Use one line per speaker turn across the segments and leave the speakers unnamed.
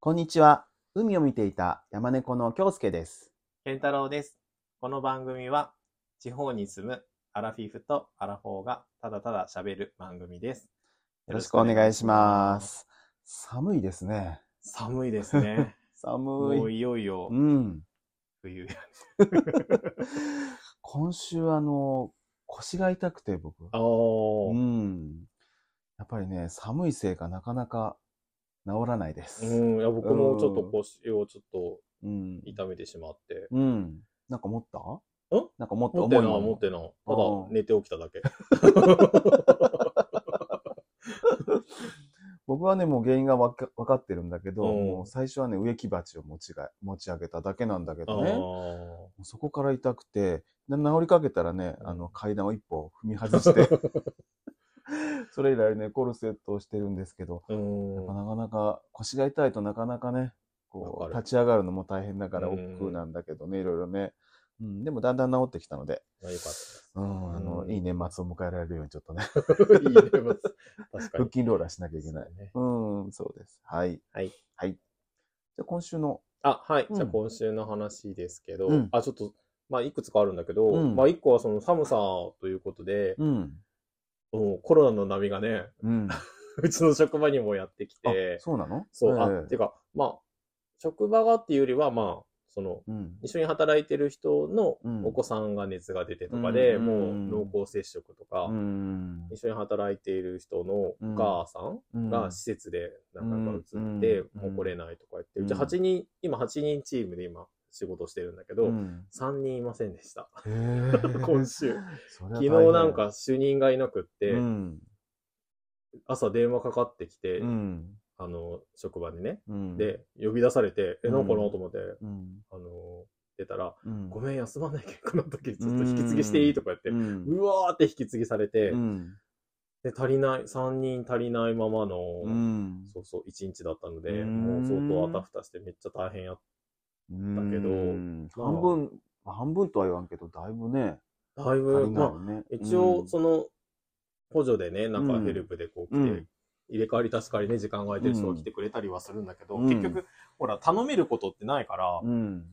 こんにちは。海を見ていた山猫の京介です。
健太郎です。この番組は、地方に住むアラフィフとアラフォーがただただ喋る番組です。
よろしくお願いします。寒いですね。
寒いです ね。も
寒
う
い。
いよいよ
うん。
冬。
今週、あの、腰が痛くて、僕。
お
う
ー。
ん。やっぱりね、寒いせいかなかなか治らないで
う
す。
ん、いや僕もちょっと腰をちょっと
うん。
痛めてしまって。
うん。なんか持った
ん
なんか持った
持ってな、
重いもの
持ってな。ただ
うん
寝て起きただけ。
僕はね、もう原因がわかわかってるんだけど、
うん
もう最初はね、植木鉢を持ちが持ち上げただけなんだけ
あ
どね、もうそこから痛くて、で治りかけたらね、
うん
あの階段を一歩踏み外 して、それ以来ね、コルセットをしてるんですけど、
ー。うん。
なかなか腰が痛いとなかなかね、こ
わか
う
る
立ち上がるのも大変だから
うん
億劫なんだけどね、いろいろね。うん、でもだんだん治ってきたので、
まあよかったです。
うん、あの、
うん
いい年末を迎えられるようにちょっとね、
いい ね、確か
腹
に。
筋ローラーしなきゃいけない。
そうね
うん、そうです。はい。
はい。
はい。じゃあ今週の、
あ、はい。
うん
じゃあ今週の話ですけど、
うん
あ、ちょっと、まあ、いくつかあるんだけど、
うん
まあ、一個はその寒さということで、
うん。
もうコロナの波がね、
うん。
うちの職場にもやってき
あ
て、
そうなの
そう、あ、
ええ
てか、まあ、職場がっていうよりは、まあ、その、
うん。
一緒に働いてる人の
うん
お子さんが熱が出てとかで、
うん
もう濃厚接触とか、
うん。
一緒に働いている人のお母さん
うん
が施設でなんかうつって、
うん
もう来れないとか言って、
うん
うち8人、今8人チームで今仕事してるんだけど、
うん
3人いませんでした。
へえ
今週。
それは
昨
大変
日なんか主任がいなくって、
うん。
朝電話かかってきて、
うん。
あの、職場にね。
うん、
で、呼び出されて、え、
うん
なんかなと思って、
うん、
あの、出たら、
うん。
ご
ん。
めん、休まなきゃいけない。この時、ちょっと引き継ぎしていいとか言って
う、ん。
うわーって引き継ぎされて、
うん。
で、足りない、3人足りないままの、
うん。
そうそう、1日だったので、
うん
もう相当あたふたしてめっちゃ大変やっ
だ
けどまあ
半分、半分とは言わんけど、だいぶね、
た。だい
足
ぶ、
りない
ま
よね。
あ、一応、
の、
その、補助でね、なん
う
か
ん
ヘルプでこう
う
来て
ん、
入れ替わり助かりね、時間が空いてる人
うん
が来てくれたりはするんだけど、
うん
結局、ほら、頼めることってないから、
うん。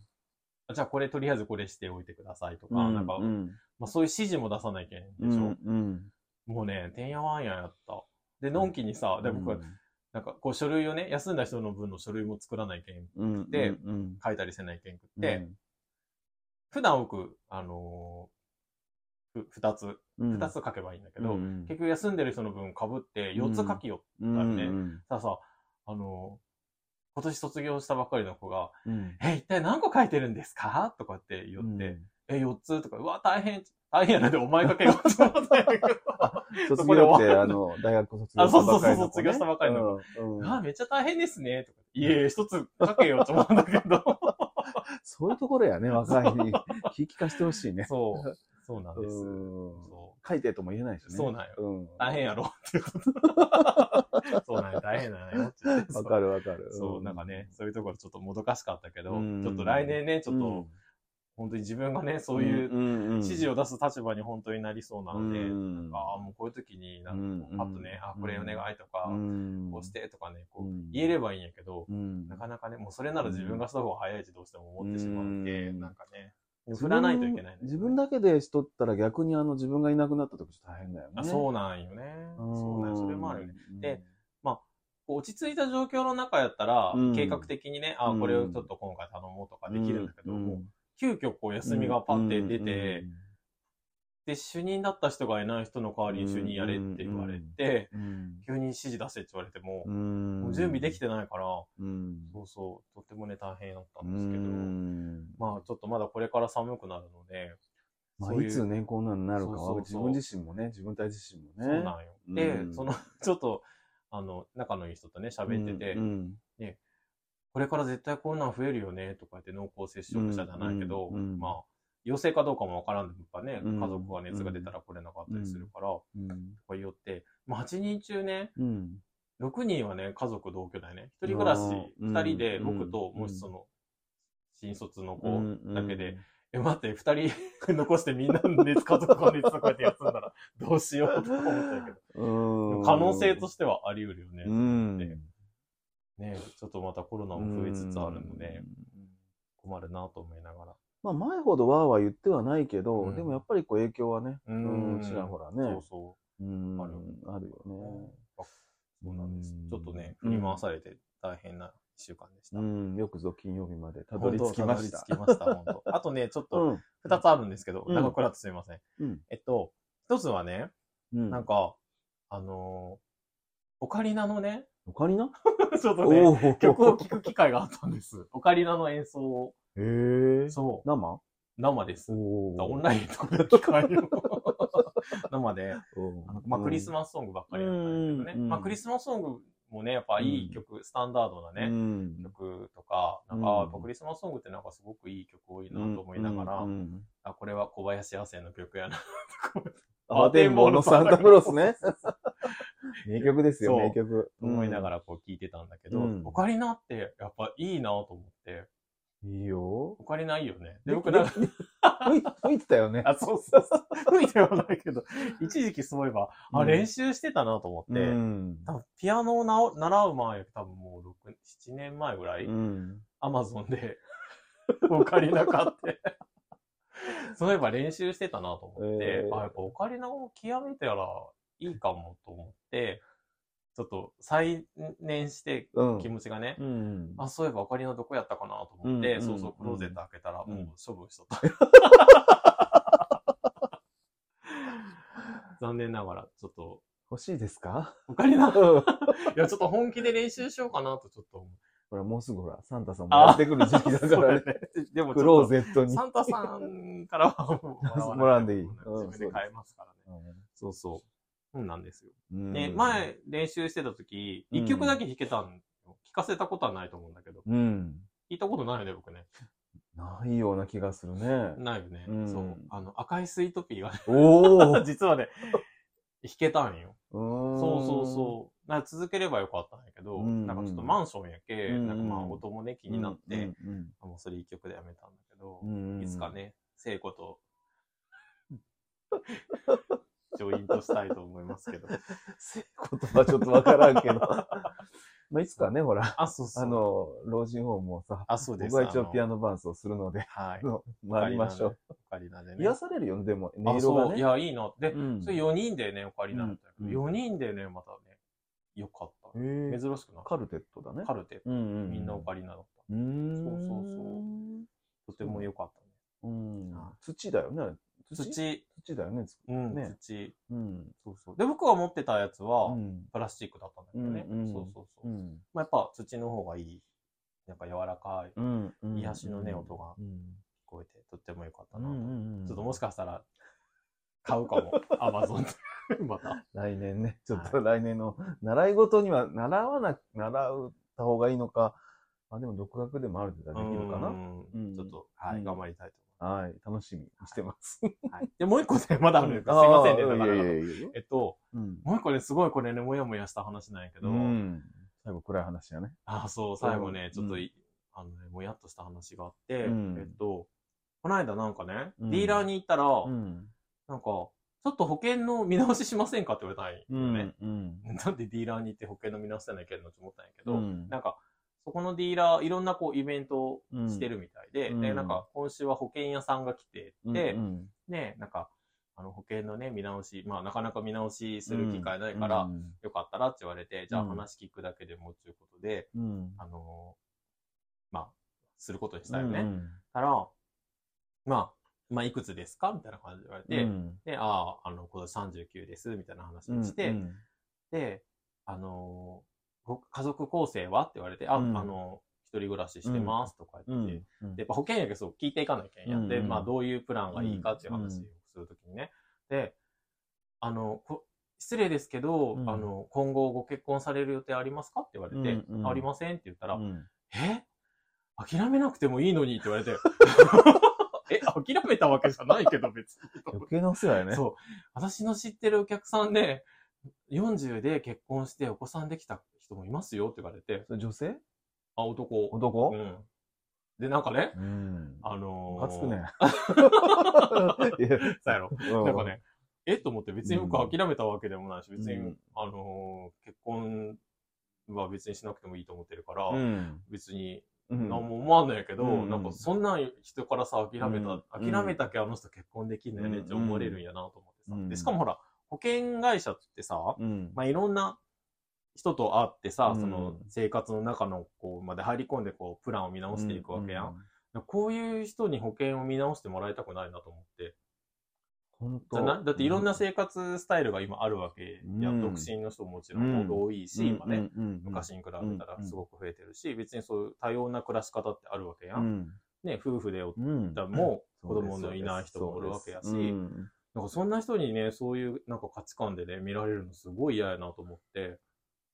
じゃあこれとりあえずこれしておいてくださいとか、
うん
なんか、
うん。
まあ、そういう指示も出さなきゃいけな
う
いんでしょ。
ん。うん。
もうね、てんやわんややった。で、のんきにさ、で僕は、なんかこう書類をね、休んだ人の分の書類も作らないけん、
うん、
で
うん。
書いたりせないけんくっ
うん
て、、普段僕、あのーふ二つ、
うん
二つ書けばいいんだけど、
うん
結局休んでる人の分被って四つ書きよっ
うん
だよね
うん
たらさ、あのー今年卒業したばっかりの子が、
うん。
え、一体何個書いてるんですかとかって言って、
うん
え、4つとか、うわ、大変、大変やなで、お前かけようと思ったんやけど。
卒
そこで
業っ
終
て、
わ
あの、大学卒業したばっかりの
あそうそうそう卒業したばっかりの
子ね。うんうん
あ、めっちゃ大変ですね。とかいえいえ、一つ書けよと思うんだけ ど。
そういうところや ね、若い。聞き聞かしてほしいね。
そう、そうなん
う
です。
ん
そ
書いてとも言えないしね。
そうなんよ
よ
う大変やろっていうことそうなんや、大変なんやって言っ て。
わかるわかる。
そう、なんかね、そういうところちょっともどかしかったけど、
うん
ちょっと来年ね、ち
う
ょっ
ん、
と、本当に自分がね、そうい
う
う指示
を
を出す立場に本当になりそうなので、
うん
ああ、もうこういう時に、なんかこ
う
うんパッとね、あ、これお願いとか、こうし、てとかね、こ
う
うん言えればいいんやけど、
うん
なかなかね、もうそれなら自分がした方が早いってどうしても思ってしまうって、
うん
なんかね、振らないといけない、ね。
自分だけでしとったら逆にあの自分がいなくなった時ちょっと大変だよね。
あそうなんよね。そうなんよそれもあるよね。
うん
で、こう落ち着いた状況の中やったら、
うん
計画的にね、あ
うん
これをちょっと今回頼もうとかできるんだけど、
う
もう急遽こう休みがパッて出て、、で、主任だった人がいない人の代わりに主任やれって言われて、
うんうん
急に指示出せって言われても、
うん
もう準備でき
た。
てないから、
うん
そうそう、とてもね、大変だったんですけど、
うん
まあちょっとまだこれから寒くなるので、
まあ、
そう
いうつ年功なになるかは
そうそう
自
そう
分自身もね、自分たち自身もね。
そうなんよ。で、
うん
その、 ちょっと、あの、仲のいい人とね、喋ってて、
うんうん
これから絶対こんなん増えるよね、とか言って濃厚接触者じゃないけど、
うんうん
まあ、陽性かどうかもわからんで、やっぱね、
うん
家族が熱が出たら来れなかったりするから、こ
うん
う言って、まあ8人中ね、
うん
6人はね、家族同居だよね。一人暮らし
あ、ー
2人で
うん
僕と、
うん
もしその、新卒の
う
子
ん
だけで、え、待って、二人 残してみんなの熱、家族が熱とかやって休んだら、どうしようとか思ったけど。
うん
可能性としてはあり得るよね。
うん
ねえちょっとまたコロナも増えつつあるので、困るなと思いながら。
まあ前ほどわーわー言ってはないけど、
うん
でもやっぱりこう影響はね、
う
うん、ちらほらね
そう。そ
うん
ある
あるよね。
う。そうなんです
うん。
ちょっとね、振り回されて大変な一週間でした
う。ん、よくぞ金曜日までたどり着きました。
本当たどり着きました、本当。あとね、ちょっと
うん
二つあるんですけど、
うん
長くなってすみません。
うん
えっと、一つはね、
うん。
なんか、あのーオカリナのね、
オカリナ
ちょっとね、
おお。
曲を聴く機会があったんです。オカリナの演奏を、
へえ。
そう、
生
生です。
お
オンラインとかの機会を 生で、あのまあ、クリス
マ
マスソングばっかりだったんですけど
うん
ね。まあ、クリスマスソングもね、やっぱいい曲、スタンダードな
う
ね、
ん。
曲とか、なんか、
うん
あやっぱクリスマスソングってなんかすごくいい曲多いなと思いながら、
うんうん
あ、これは小林亜生の曲やな、とか
アテンボーのサンタクロース ね。名曲ですよ、
そう
名曲。
思いなが
ら。
らこう聞いてたんだけど、
うん
オカリナってやっぱいいなと思って、
いいよ。
オカリナいいよね。で、
で
僕なんか、
で吹い吹いてたよね。
あ、そうそうそう、吹いてはないけど、一時期そういえば、
う
あ、
ん
練習してたなと思って、
うん
多分ピアノをなお習う前より多分もう6、7年前ぐらい、
うん
アマゾンでオカリナ買って、そういえば練習してたなと思って、
えー
あ、やっぱオカリナを極めたらいいかもと思って、ちょっと再燃して
うん
気持ちがね、
うん
あ、そういえばオカリナどこやったかなと思って、
うんうん
そうそう、クローゼット開けたら、
うん
もう処分しとった。 残念ながら、ちょっと、
欲しいです か
オカリナ、い
うん
や、ちょっと本気で練習しようかなとちょっ と思う。
ほら、もうすぐほら、サンタさんもやってくる時 期だか
そう
ら
だ
ね
ね。 でもち
ク
ょっと
ローゼットに
サ。ンタさんからはもうなくて
もらわんでいいうん
自分で買えますからね。そうそう。そうなんですよ。
うん
ね、、前練習してた時、一曲だけ弾けたんよ。聞かせたことはないと思うんだけど。
うん。
聞いたことないよね、僕ね。
ないような気がするね。
ないよね。
うん
そう。あの、赤いスイートピーがね、
おー
実はね、 弾けたんよ。
そ
そうそうそう。なんか続ければよかったんやけど、
うんうん
なんかちょっとマンションやけ、
うんうん
なんかまあ音もね気
うん。
になって、
うん
あもうそれ一曲でやめたんだけど、
うんうん
いつか。ね、聖子と、 ジョイントしたいと思います けど。
言葉ちょっとわから んけど。まあ、いつかね、ほら、
あ、そうそう。
あ、の、老人ホームをさ、
あ、そうです。
僕は一応ピア
ノ。
ノ伴奏するので、
はい
あ。の回りましょう。
オカリナでね。
癒されるよね、でも、音
あ、
色
そ
が
う。い
ね。
や、いいな。で、
うん
それ4人でね、オカリナだったけ
う
ど、
ん
4人でね、またね、よかった。
へー
珍しくない
カルテットだね。
カルテ、
うんうんうん
みんなオカリナだっ
うーん。
そうそうた。とても良かった
う
ね。
ん。土だよね。
土、
土だよね。
うん、
ね
土。
うん。
そうそう。で、僕が持ってたやつは、
うん
プラスチックだったんだけどね。
うんうん
そうそうそう。
うん。
まあ、やっぱ土の方がいい。なんか柔らかい、聞
うん。
癒しのね音が
うん。
こえて、とっても良かった
うん
な
う
と。
んうん。
ちょっともしかしたら、買うか も。アマゾンで。また。
来年ね、ちょ
はい
っと来年の習い事には習わな、習った方がいいのか、まあでも独学でもある程度はできるか
う
な。
ん
うん
ちょっと、は
う
い、
ん
頑張りたいと
はい、楽しみにしてます。
思います。はい。で、もう一個ね、まだあるんですか
あ
すいません
ー
ね、
い
長
やいや
々と。
いやいや
えっと、
うん。
もう一個ね、すごいこれね、もやもやした話なんやけど、
うん最後暗い話やね。
あ、そう、最後ね、ちょっとい、あのね、もやっとした話があって、
うん
えっと、この間なんかね、
うん
ディーラーに行ったら、
ん。
なんか、ちょっと保険の見直ししませんかって言われた
うん
よね
ん。。うん。
なんでディーラーに行って保険の見直しせなきゃいけないのって思ったんやけど、
うん
なんか、そこのディーラー、いろんなこうイベントをしてるみたいで、
うんう
で、
ん
なんか今週は保険屋さんが来てて、
うん
ね、なんか、あの保険のね、見直し、まあなかなか見直しする機会ないから、
うん
よかったらって言われて、じゃあ
うん
話聞くだけでもっていうことで、
うん。
あのーまあ、することにしたよね。
うん
たら、まあ、まあ、いくつですかみたいな感じで言われて、
うん
で、ああ、あの、今年39です、みたいな話をして、
うん
で、あのーご家族構成はって言われて、あ、
うん
あの一人暮らししてますとか
う
言って、
んうん
で、やっぱ保険やけどそう聞いていかなきゃいけんやん。で、
うんうん
まあ、どういうプランがいいかっていう話をするときにね。で、あの、こ失礼ですけど、
うん
あの、今後ご結婚される予定ありますかって言われて、
うんうん
ありませんって言ったら、
うん
え諦めなくてもいいのにって言われて、 え、諦めたわけじゃないけど別に。
余計なお世話やね。
そう。私の知ってるお客さんで、40で結婚してお子さんできた人もいますよって言われて、
それ女性
あ、男。う
男
ん。で、なんかね、
うん。
あの
ム
ー
カつくね。
そうやろ。
う
なんか。ね、えと思って別に僕
うん
諦めたわけでもないし、別に、
うん
あのー結婚は別にしなくてもいいと思ってるから、
うん。
別に
うん。
何も思わないけど、
うん
なんかそんなん人からさ、諦めた、
うん
諦めたけあの人結婚できんのよねって思われるんやなと思ってさ。
うん
でしかもほら、保険会社ってさ、
うん。
まあ、いろんな人と会ってさ、
うん
その生活の中のこうまで入り込んでこうプランを見直していくわけやん。
うう。
こういう人に保険を見直してもらいたくないなと思って。
本
じ
当
ゃないだっていろんな生活スタイルが今あるわけや、、
うんん
独身の人ももちろん多いし、今ね、
うんうんうん、
昔に比べたらすごく増えてるし、別にそういう多様な暮らし方ってあるわけや。
うんん。
ね、夫婦でおっ
うん
たも子
そうです
供のいない人もおるわけやし、
そうですうん
なんかそんな人にね、そういうなんか価値観でね、見られるのすごい嫌やなと思って。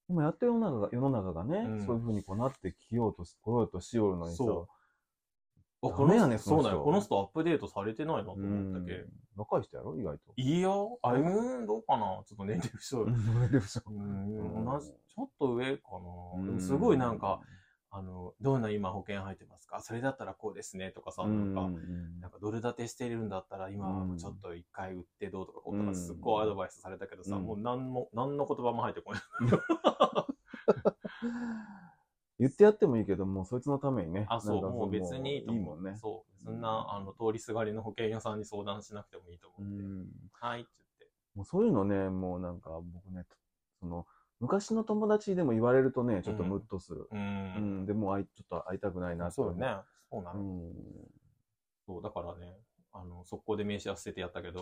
今やっと世の中が、世の中がね、
うん
そういうふうにこうなってきようとし、来ようとしよるのにさ、
そあ
ダ
この
メや
人
ねそ
そ
の人
うだよ。この人アップデートされてないなと思ったけ。
うん若い人やろ意外と。
いいよ。あ、うーん、どうかな。ちょっと年齢不詳。 う
うん
ん、同じ、ちょっと上かな。で
う
も
ん
すごいなんか、、あの、どんな今保険入ってますかそれだったらこうですね。とかさ、なん
う
か、
ん
なんかドル建てしてるんだったら今はもうちょっと一回売ってどうとか、ことかすっごいアドバイスされたけどさ、
うん
もう何も、何の言葉も入って こない。
言ってやってもいいけど、もうそいつのためにね。
あ、そう、
なんか
もう別にいいと
いいも
思う。
んね。
そう。そんな、あの、通りすがりの保険屋さんに相談しなくてもいいと
う
思って。
ん。
はいって言って。
もうそういうのね、もうなんか僕ね、その、昔の友達でも言われるとね、ちょっとムッとする。
う。
うんん。でもあい、ちょっと会いたくないなって
そう
思
よ。ね。そうな
う
の。
ん。
そう、だからね、あの、速攻で名刺は捨ててやったけど、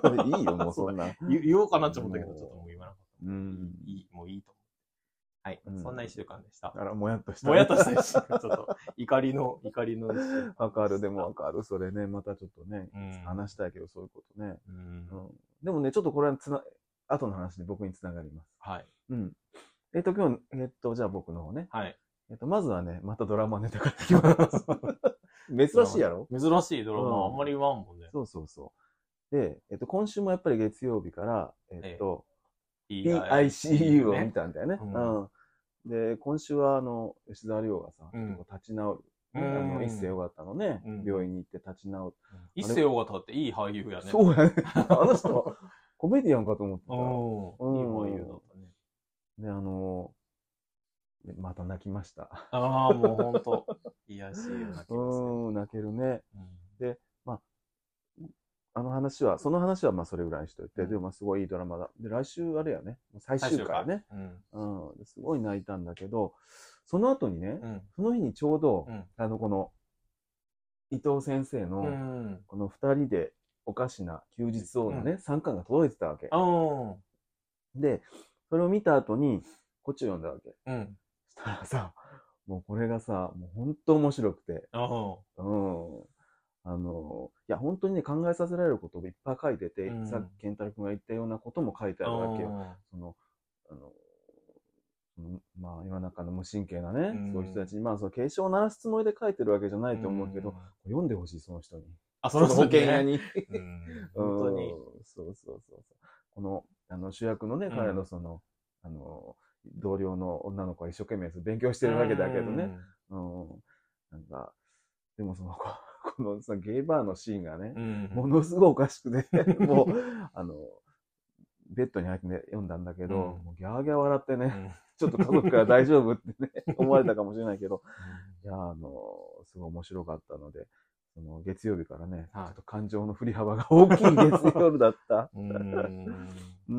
それいい よ、もうそんな。
言言おうかなって思ったけど、ちょっともう言わなかった。
うん。
いい、もういいと思って。はい、
うん
そんな一週間でした。
あら、もやっとした。
もやっとした一週間、ちょっと、怒りの、怒りの一週間。
わかる、でもわかる。それね、またちょっとね、
うん
話したいけど、そういうことね。
うん
う。ん。でもね、ちょっとこれはつな、後の話で僕につながります。
はい、
うん。えっ、と、今日、えっ、と、じゃあ僕の方ね。
はい。
えっ、と、まずはね、またドラマネタからいきます。珍しいやろ
珍しいドラ
うん
マ、あんまり言わんもんね。
そうそうそう。で、えっ、と、今週もやっぱり月曜日から、えっ、と、PICU を見
ね。
たんだよね。
うん
うん。で、今週は、あの、吉沢亮がさ、
うん
結構立ち直る。
うん
あの一世尾形のね、
うん
病院に行って立ち直
一世尾形っていい俳優やね。
そうやね。あの人、コメディアンかと思ってた。
うん。いい
うん
俳優だったね。
で、あのーでまた泣きました。
ああ、もうほんと、癒やしいような気がす
う
る。
ーん、泣けるね。
うん
あの話は、その話はまあそれぐらいにしといて、
うん
でもまあすごいいいドラマだ。で、来週あれやね、最終回ね。。
最終回うん。
うん、ですごい泣いたんだけど、その後にね、
うん。
その日にちょうど、
うん
あの、この、伊藤先生
う
の、
ん。
この二人でおかしな休日をのね、三巻が届いてたわけ。
うん。
で、それを見た後に、こっちを読んだわけ。
うん。
したらさ、もうこれがさ、もう本当面白くて、
あ
うん。あの、いや、本当にね、考えさせられることをいっぱい書いてて、
うん
さっき健太郎君が言ったようなことも書いてあ
あ。
るわけよ。
よ。
その、あの、うんまあ、世の中の無神経なね、
うん
そういう人たちに、まあ、その警鐘を鳴らすつもりで書いてるわけじゃないと思うけど、
ん。
読んでほしい、その人に。
あ、そ
そ
の
の
保
保
険
険
屋
屋
に。
に。
うん
うん
本当に。。
そうそうそうそう。この、あの、主役のね、
うん
彼のその、あの、同僚の女の子は一生懸命勉強してるわけだけどね。うん。なんか、でもその、 ここのそのゲイバーのシーンがね
う、ん。
ものすごいおかしくて、 もう、あの、ベッドに入って、ね、読んだんだけど、
うん
もうギャーギャー笑って
う
ね、
ん
ちょっと家族から大丈夫ってね、思われたかもしれないけど、 いや、あの、すごい面白かったので、その月曜日からね、
はい
ちょっと感情の振り幅が大きい月曜日だ った。
うん。
う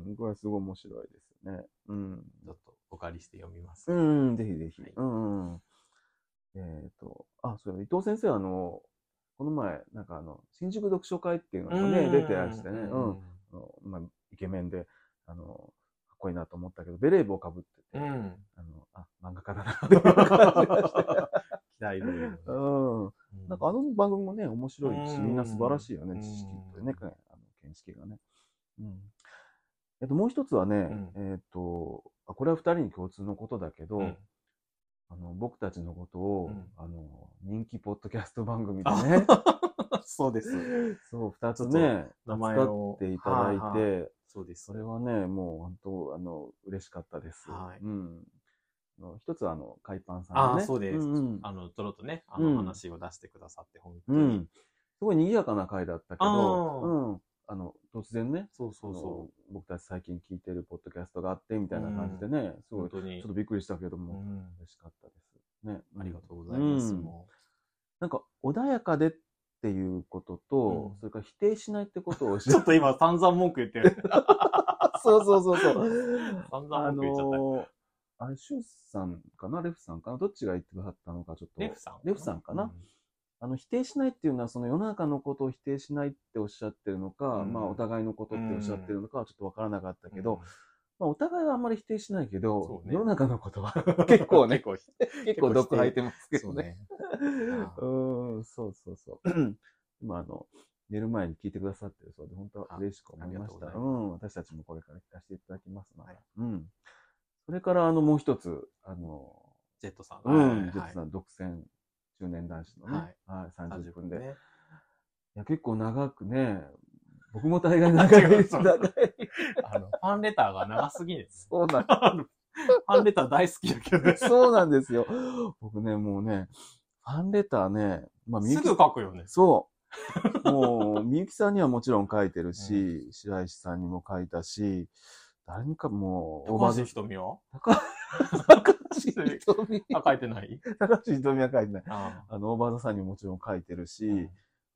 ん、これはすごい面白いですよね。うん。
ちょっとお借りして読みます。
うん、ぜひぜひ。
はい
うんうん。えっ、と、あ、そう、伊藤先生はあの、この前、なんかあの、新宿読書会っていうのがね、出てらしてね、うん。あのまあ、イケメンで、あの、かっこいいなと思ったけど、ベレー帽かぶってて、
うん。
あの、あ、漫画家だなっていう感じがして。
期待通りのね
うん。なんかあの番組もね、面白いし、
うん
みんな素晴らしいよ
うん
ね、知識というね、かあの見識がね。うん。えっと、もう一つはね、えっと、あこれは二人に共通のことだけど、
うん
あの僕たちのことを、
うん
あの、人気ポッドキャスト番組でね、
そうです。
そう、二つ
ちょ
ね、
名前
使
を
っ。ていただい
は
て、
いはい。そうです。
それはね、もう本当、あの、嬉しかったです。
はい
うん。あの一つは、あの、海パンさん
あ
の
あ、
ね。
そうです
んうん。
あの、ちょろっとね、あ
う
の
ん
話を出してくださって、本当
う
に。
ん。すごい賑やかな回だったけ
あ
ど、
ー
うん。あの、突然ね、
そうそうそ
あの僕たち最近聞いてるポッドキャストがあって、みたいな感じでね、す
う。
ご
本
い、ちょ
当に
っ。とびっくりしたけど
う
も、
ん
嬉しかったです。ね。
ありがとうございます。
うん
も
なんか、穏やかでっていうことと、
うん
それから否定しないってことを教え
うちょっと今散々文句言ってる。
そうそうそうそう。
散々
あ
文句言っちゃった。
のー、あれ、シュウさんかなレフさんかなどっちが言ってくださったのか、ちょっと。
レフさん
レフさんかな、あの、否定しないっていうのは、その世の中のことを否定しないっておっしゃってるのか、
うん
まあ、お互いのことっておっしゃってるのかはちょっとわからなかった
だ
けど、、まあ、お互いはあんまり否定しないけど
そ、うね
世の中のことは 結構ね、
結
結構毒吐いてますけ
そ
ど
う
ね。う
ね。
ーん、 そうそうそう。 今、あの、寝る前に聞いてくださってるそうで、本当は嬉しく思いました。
あありが
う、
とうん
私たちもこれから聞かせていただきますので。
はい
うん。それから、あの、もう一つ、あの、
ジェットさん。
うん、実
ん。
は独占中年男子のね、はい、30
30
分
分
で。
で。
い
ね
や、結構長くね、僕も大概長い
違
で
う
す。
そう
長い。
あの、ファンレターが長すぎる。
そうなん
あのファンレター大好きだけどね。す
そうなんですよ。僕ね、もうね、ファンレターね、まあ、みゆき
ぐ書くよね。
そう。もう、みゆきさんにはもちろん書いてるし、白石さんにも書いたし、誰にかもう、
高橋
で
ひとみは
高橋ひとみ。
あ、書いてない
高橋ひとみは書いてない。
あ
あの、オーバーザさんにももちろん書いてるし、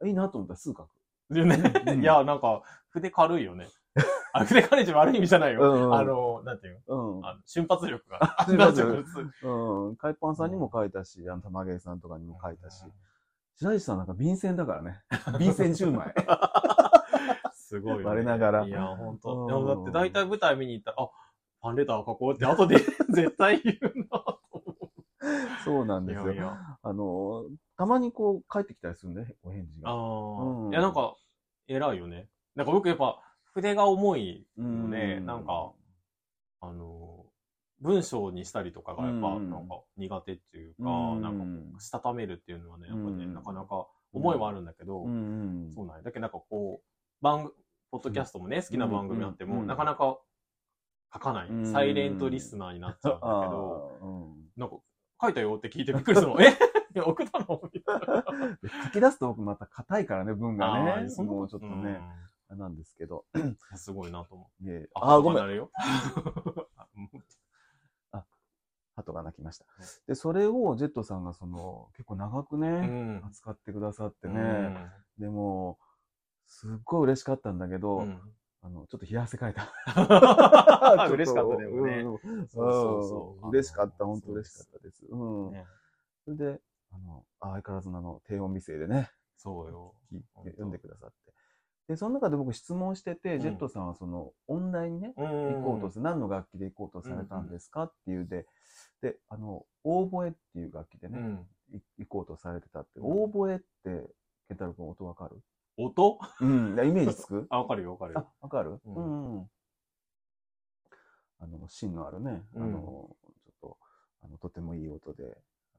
いいなと思ったらすぐ書く。
でね
うん、
いや、なんか、筆軽 いよね。あ、筆軽いって悪い意味じゃないよ。
うん
あの、なんていう
うん
の。あの瞬発力が。
瞬発力
なんていうの
うん。海パンさんにも書いたし、あの、玉芸さんとかにも書いたし。白石さんなんか便箋だから ね。便箋10枚。
すごいよね。
我ながら
いや、本
う
当
ん
でもだって大体舞台見に行ったら、あ、ファンレター書こうって後で 絶対言う
そうなんです
な。い
よ
やい。や。
あの、たまにこう帰ってきたりするんで、お返事
あ
が。
ー
うん
いや、なんか、偉いよね。なんか僕やっぱ、筆が重いので、
うん
なんか、あの、文章にしたりとかがやっぱ、
うん
なんか苦手っていうか、
うん
なんかしたためるっていうのはね、やっぱね、
うん
なかなか思いはあるんだけど、
うんうん
そうなんやだけどなんかこう、番、ポッドキャストもね、好きな番組あっても、
うん
なかなか書かない、
うん
サイレントリスナーになっちゃうんだけど、
あー
なんか、書いたよって聞いてびっくりするの。え 送ったのみたいな。
うんで書き出すと僕また硬いからね、文が
あー
ね。
そんな
も
こ
うちょっとね、なんですけど。
うんすごいなと思う。
いえいえ
あ
あ
あ、
ー、
ご
ごめ
めん。
ん。
るよ。
鳩が鳴きました。で、それをジェットさんがその、結構長く
う
ね、
ん。
扱ってくださって
う
ね。
ん
でも、すっごい嬉しかったんだけ
う
ど、
ん
あの、ちょっと冷や汗かいた。
嬉しかったね。
ち
で
ょ
もね
とうんうん
そうそうそ
う
う
ん嬉しかった、本当嬉しかったです。うん。
ね
それで、あの、相変わらずのあの低音美声でね、
そうよ。
き
本当
読んでくださって。で、その中で僕質問してて、
ん
ジェットさんはその、音大にね、
うん
行こうとす、何の楽器で行こうとされたんですかっていうで、で、あの、オーボエっていう楽器で
う
ね、
ん。
い行こうとされてたって、
うん
オーボエって、ケンタロウ君音わかる
音
うん、イメージつく
あ、わかるよ、わかる
あ
よ。、
わかる
う
うんんうん。あの、芯のあるね、あ
うん
の、ちょっと、あの、とてもいい音で、あ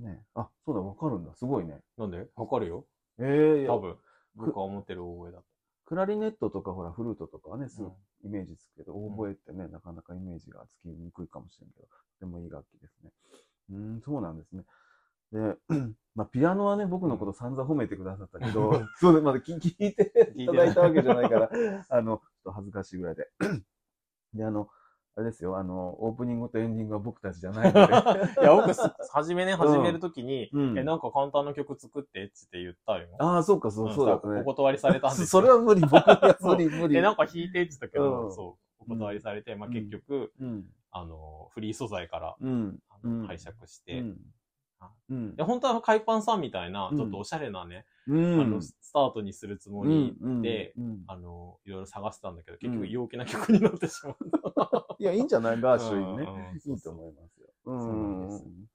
の、ね、あ、そうだ、わかるんだ、すごいね。
なんでわかるよ。
ええ
多分。僕は思ってる覚えだと。
クラリネットとかほら、フルートとかはね、す
う
ぐ
ん
イメージつくけど、オーボエってね、なかなかイメージがつきにくいかもしれんけど、とてもいい楽器ですね。うーん、そうなんですね。で、 まあ、ピアノはね、僕のこと散々褒めてくださったけ
う
ど
ん、
そうで、まだ聞聞いて
聞い
い
て
た
な
だ
い
いたわけじゃないから、あの、ちょっと恥ずかしいぐら いで。で、あの、あれですよ、あの、オープニングとエンディングは僕たちじゃないので。
いや、僕、す初めね、始めるときに、
うん
え、なんか簡単な曲作ってって言ったよ。
ああ、そうか、そう、
ん
そうだった
お
ね。
断りされたんです
そ れは無理、僕は
そう
無理、無理。
え、なんか弾いてって言ったけ
う
ど、
ん
そう、お断りされて、まあ結局、
うん、
あの、フリー素材から
うん、
あの
うん
拝借し
う
て、
ん
あ。
うん
で、本当は海パンさんみたいな
う、ん
ちょっとおしゃれなね、
う
あ
ん
の、スタートにするつもり、
うん
で
うんうん
あの、いろいろ探してたんだけど、結
う
局
ん
陽気な曲になってしまった。
いや、いいんじゃないガーシュウィン
う
ね。
んうん
いいと思いますよ。う
うなんです
ん。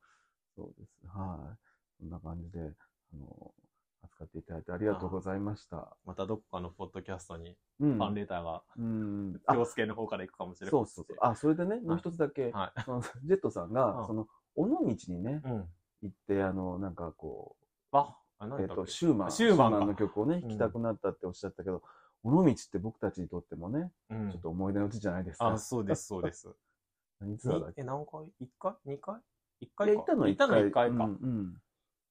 そうです。はい。そんな感じで、あの、扱っていただいてありがとうございました。
またどこかのポッドキャストに、
うん
ファンレターが、
うん。あ、
京介の方から行くかもしれない。
そうそうそう。あ、それでね、もう一つだけ、
は
そのジェットさんが
うん、
その、尾道にね
い。、うん。
行って、あの、なんかこ
あ、あ何
う、えっ
だっ
と、
け
シューマン、
シューマンか
の曲をね、
うん
弾きたくなったっておっしゃったけど、尾道って僕たちにとってもね、
うん
ちょっと思い出の地じゃないですか
あ、。そうです、そうです。
何ツアーだっけ
え、何回一回二回一
いや
回
行
か
ったのは
行
一
った
回。
のは一回
う
か
ん。うん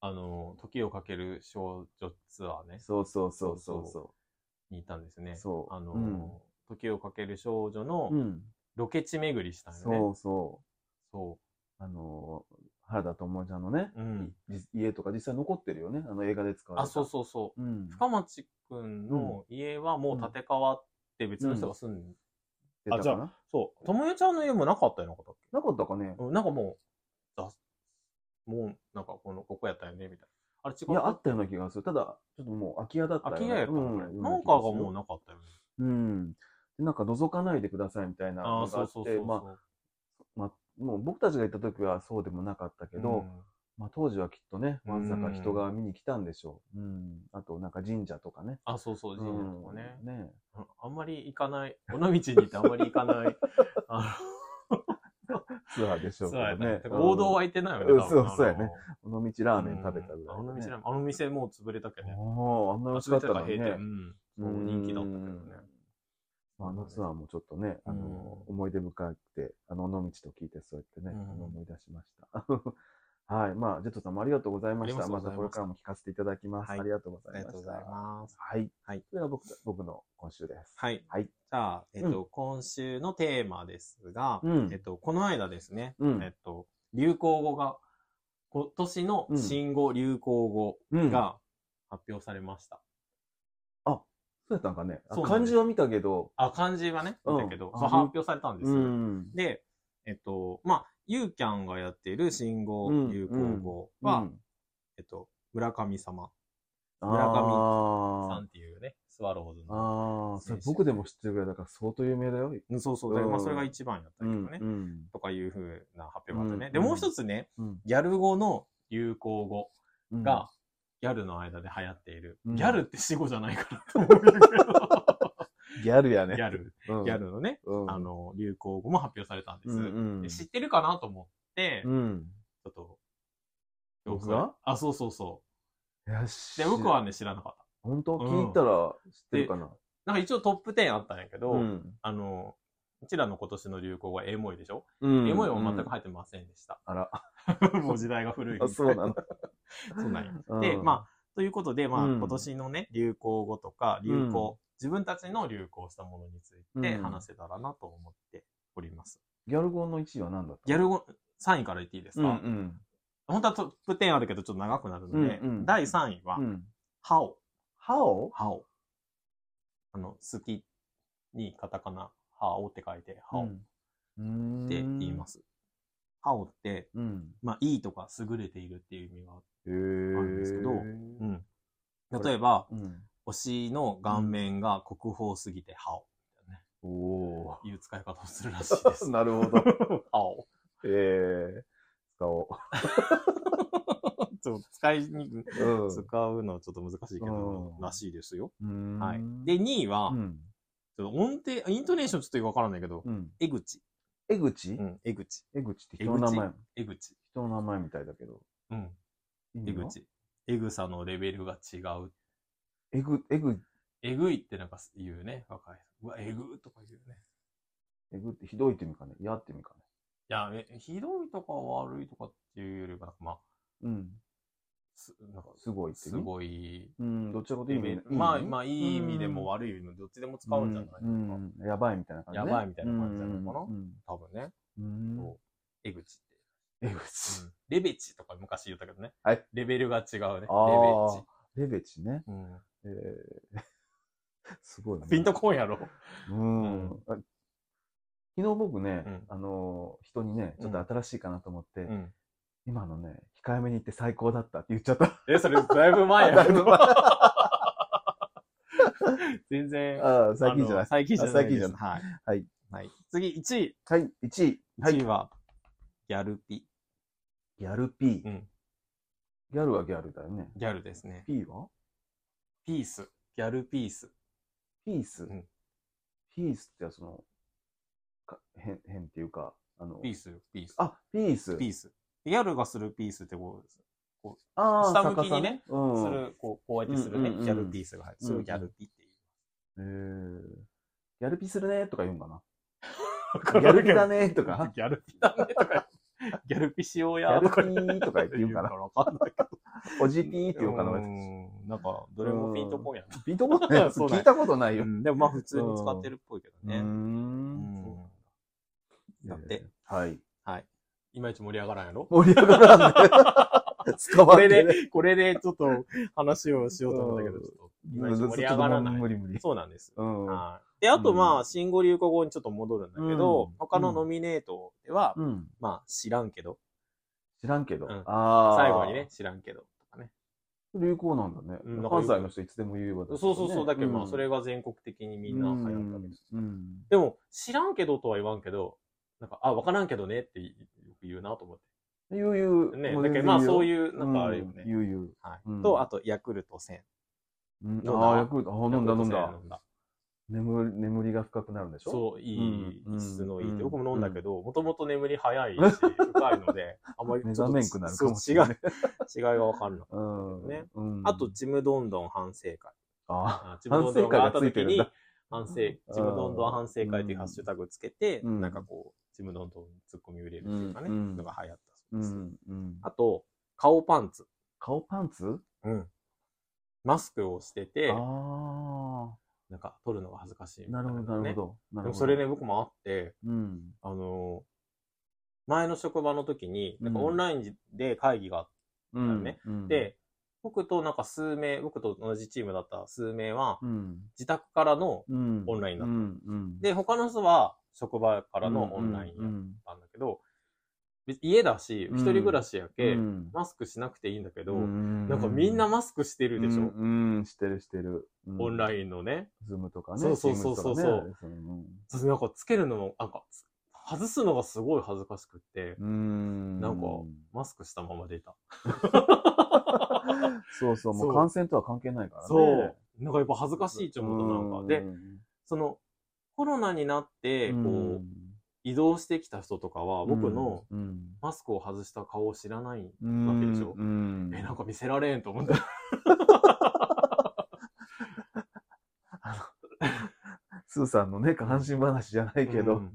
あの、時をかける少女ツアーね。
そうそうそうそうそう。
にいたんですね。
そう
あの、
うん
時をかける少女の
うん。
ロケ地巡りしたんよね。
そうそ。
そう
あの、原田智ちゃんのね、
う。うん。
じ家とか実際残ってるよね。あの映画で使われた。
あ、そうそうそう。
う。うん。
深町くんの家はもう建て替わって別の人が住んで、
出た
あじゃ
か
あ
な
そう。ともゆちゃんの家もなかったよなかったっ
なかったかね
け、うんなんかもう、だもう、なんかこの、ここやったよねみたいな。あれ違
いや、あ
う。
ったような気がする。ただ、ちょっともう空き家だった
空き家やった
う
っけ、
ん。
なんかがもうなかったよね。
う。うん。でなんか覗かないでくださいみたいな
ああ
の
ー、
があ
そ
っ
うそうそう
て、
そう。
まあ、まあ、もう僕たちが行った時はそうでもなかったけど、
うん
まあ当時はきっとね、わんさか人
うん
が見に来たんでしょう。うん。あと、なんか神社とかね。
あ、そうそう、神社とかね。
うんね
うんあんまり行かない。尾道に行ってあんまり行 かない。あ
ツアーでしょう
の
け
そうや
ど
ね
ね。。
王道は行ってないよね。
うん
多分
そうそうやね。尾道ラーメン食べたぐらい
あの
だね、
店、あの店もう潰れたけどね。
おーあんな美味しかったのに
潰
ね
れた。から閉店うん。そう、人気だったけどね。
まあ、あのツアーもちょっとね、あの、
う
思い出深くて、あの、野道と聞いて、そうやってね、
うん
あの思い出しました。 はい。まあ、ジェットさんもありがとうございまし
あ
た。
りが
ま
と
た
う
こ
ご
れか
ざいました
らも聞かせていただきます。
はい
ありがとうござ
あ
い
り
ました。
がとうございます。
はい。
はい。
それが僕、僕の今週です。
はい。
はい。
じゃあ、えっと、今週のテーマですが、
うん
えっと、この間ですね、
うん
えっと、流行語が、今年の新語、流行語
うん。
が発表されました。
そうやったんかね。あ
そうなん
漢
です
字は見たけど、
あ、漢字はね、
うん
だけど、
あ
そう発表されたんですよ。
ん。
で、えっと、まあ、ユーキャンがやっている新語、
うん
流行語は、
うん
えっと、村神様村上さ
あ
ん
ー
っていうね、スワローズの。
あー、それ僕でも知ってるぐらいだから相当有名だよ。
うんそうそう。だからまあ、
うん
それが一番やったけどね。
うん。
とかいうふうな発表があってね。
うん
で、もう一つね、ギャル語の流行語
うん、
が、ギャルの間で流行っている。
うん
ギャルって死語じゃないかなと思うけど。
ギャル やね。
ギャル、
うん。
ギャルのね、
うん。
あの、流行語も発表されたんです。
うんうん
で知ってるかなと思って、
うん。
ちょっと。
僕が
あ、そうそうそ
よ
う。
し。
で、僕はね、知らなかっ
本当
うん
聞いたら知ってるかな。
た。なんか一応トップ10あったんやけど、
うん。
あの、うちらの今年の流行語はエモいでしょ、
うん
エモいは全く入ってませんでした。
あら。
もう時代が古い。
あそうなんだ。
そうなんや。
うん
で、まあ、ということで、まあ、
うん
今年のね、流行語とか、流行、
う
自分たちの流行したものについて
うん
話せたらなと思っております。
ギャル語の1位は何だった
ギャル語、3位から言っていいです
うん
か、
うん。
本当はトップ10あるけど、ちょっと長くなるので、
うんうん
第3位は
う、ん。
ハオ、
ハオ
ハオ。あの、好きにカタカナ、ハオって書いて、ハオっ
うん。。
て言いますす。ハオって、
うん。
まあ、いいとか優れているっていう意味があって、
へえ。
んですけど
う
うん。例えば、
ん。
推しの顔面が国宝すぎて、ハオ。
おお
いう使い方をするらしいです。
なるほ ど。
青。
ええ。使お
ちょっと使いにくい、
う。うん
使うのはちょっと難しいけ
う、
ど
ん
らしいですよ。
うん。
はい。で、2位は、
うん。
ちょっと音程、イントネーションちょっとよくわからないけど、
うん。
江口。
江口
うん、江口。
江口って人の名前。
江口。
人の名前みたいだけど。
うん、
いい
江
の。
口。江草のレベルが違う。
えぐ、えぐ、
えぐいってなんか言うね、若い人。うわ、えぐとか言うね。
えぐってひどいって意味かね。やって意味かね。
いや、えひどいとか悪いとかっていうよりは、まあ、
うん。
すなんか
すごいって意
す
味
ごい、
うん、どちらかというといいね、
まあ、まあ、いい意味で
うん
も悪い意味でもどっちでも使うんじゃないですか。
うんうんやばいみたいな感じ、ね。
やばいみたいな感じなのかな
うん
多分ね。
うんうん
そう江口って。
江口。
うんレベチとか昔言ったけどね。
はい
レベルが違うね。レ
あ
ベ
ー
チ。
レベチね。
うん
えー、 すごい、ね。
ピンとこんやろ。
うん、
う
あ昨日僕ね、
うん
あのー人にね、ちょっと新しいかなと思って、
うん
今のね、控えめに言って最高だったって言っちゃった。
え、それだいぶ前や
だいぶ前
ろ。 全然。
ああ、最近じゃな
あの
い。
最近じゃないです。
あ最近じ
はい。
はい。
はい。次、1位。
はい、1位。はい
1位は、ギャルピ。
ギャル P、
うん
ギャルはギャルだよね。
ギャルですね。
P は
ピース。ギャルピース。
ピース、
ん
ピースってその、か変、変っていうか、あの、
ピース、ピース。
あ、ピース。
ピース。ギャルがするピースってこうです。
あー
下向きにね、
逆さうん、
する、こう、こうやってするね
うんうんう。ん
ギャルピースが入る。それをギャルピっていう。
えー、ギャルピするねとか言うんか な。
わ
ギ
か
ャ
らん
ル
け
ピ
ど。
だねとか
ギャルピだねとか、ギャルピしよう
ギャ
や
ル
と
ピ
か
ーとか言って言うかな。
わかんないけど。
おじピーって言うかな。
ーんなんか、どれもピントポンやな。
ビートボールね
そうだ
聞
ね
いたことないよ。
でもまあ普通に使ってるっぽいけど
うー
ね。
ん
うんだっ
え
て、
ーはい。
いまいち盛り上がらんやろ
盛り上がらんね。使
こ
わ
れ
んでね
で、 これでちょっと話をしようと思ったけど、
うん
ちょっと、いまいち盛り上がらない。
無理無理。
そうなんです。
うん。
はい。で、あとまあ、新語流行語にちょっと戻るんだけ
う
ど
ん、
他のノミネートでは、
うん。
まあ、知らんけど、
知らんけど。
うん
ああ。
最後にね、。知らんけど、とかね。
流行なんだね。
うん
関西の人いつでも言えば、
そうそうそう、だけどまあ、それ
が
が全国的にみんな流行ったわけです。
うん。
でも、知らんけどとは言わんけど、なんか、あ、わからんけどねってよく言うなと思っ
言う言う。
て。ね、
も
だけどまあ、そう
う
いう、
全
な
然
んかあ
言う
る
よ
よ
うん言う言
ね。
う。
はい
うん。
と、あと、ヤクルト1000。
うん
どうだ
ああ、ヤクルト。あ飲んだ飲ん
ヤク
だ
ルト1000。飲んだ。
眠り眠りが深くなるんでしょ
そう、いい、
うん
質のいいっ
うん
て。僕も飲んだけど、もともと眠り早いし、深いので、あんまり
目
ちょ
覚
っと
めんくなるかもしれない。
そう違い、違いがわかるの。
うん
ね
うん
あと、、ちむどんどん反省会。
あ
あちむどんどんがあった時に
反省会がついてるんだ、
反省、ちむどんどん反省会っていうハッシュタグつけて、
うん
なんかこう、ちむどんどんに突っ込み入れるっていうかね、
うん
のが流行った
う
そうです。
ん、うん。
あと、顔パンツ。
顔パンツ
うん。マスクをしてて、
あ
なんか撮るのが恥ずかしい
あ、
みた
ないる
な
ほ
の
ど、な
ね、
るほど。
でもそれね、、僕もあって、
うん。
あのー前の職場の時に、なんか
うん
オンラインで会議があっ
うん。
ね
うん、
て、僕となんか数名、僕と同じチームだった数名は、
うん、
自宅からの、
うん。
オンラインだ
う
った
ん、うん。
で、他の人は職場か
から
のオンラインやっ
ん
たんだけど、別家だし、
うん
一人暮らしやけ、
うん
マスクしなくていいんだけど、
な
なんかみんなマスクしてるでしょ、
うん、うんしてるしてる。
オンラ
ン。
インのね。
ズームとかね。
そうそうそうそう
Teams とかねうん
そうなんかつけるのも、なんか、外すのがすごい恥ずかしくって、
うん。
なんかマスクしたまま出 た。
そうそう、も
そうう
感染とは関係ないからね。
そう。なんかやっぱ恥ずかしいって思った、なんか。で、その、コロナになって、
う
こう、
ん、
移動してきた人とかは、僕の
うん、
マスクを外した顔を知らない。
うん
わけでしょ
うん
え、なんか見せられんと思った。
スーさんのね、下半身話じゃないけど、
うん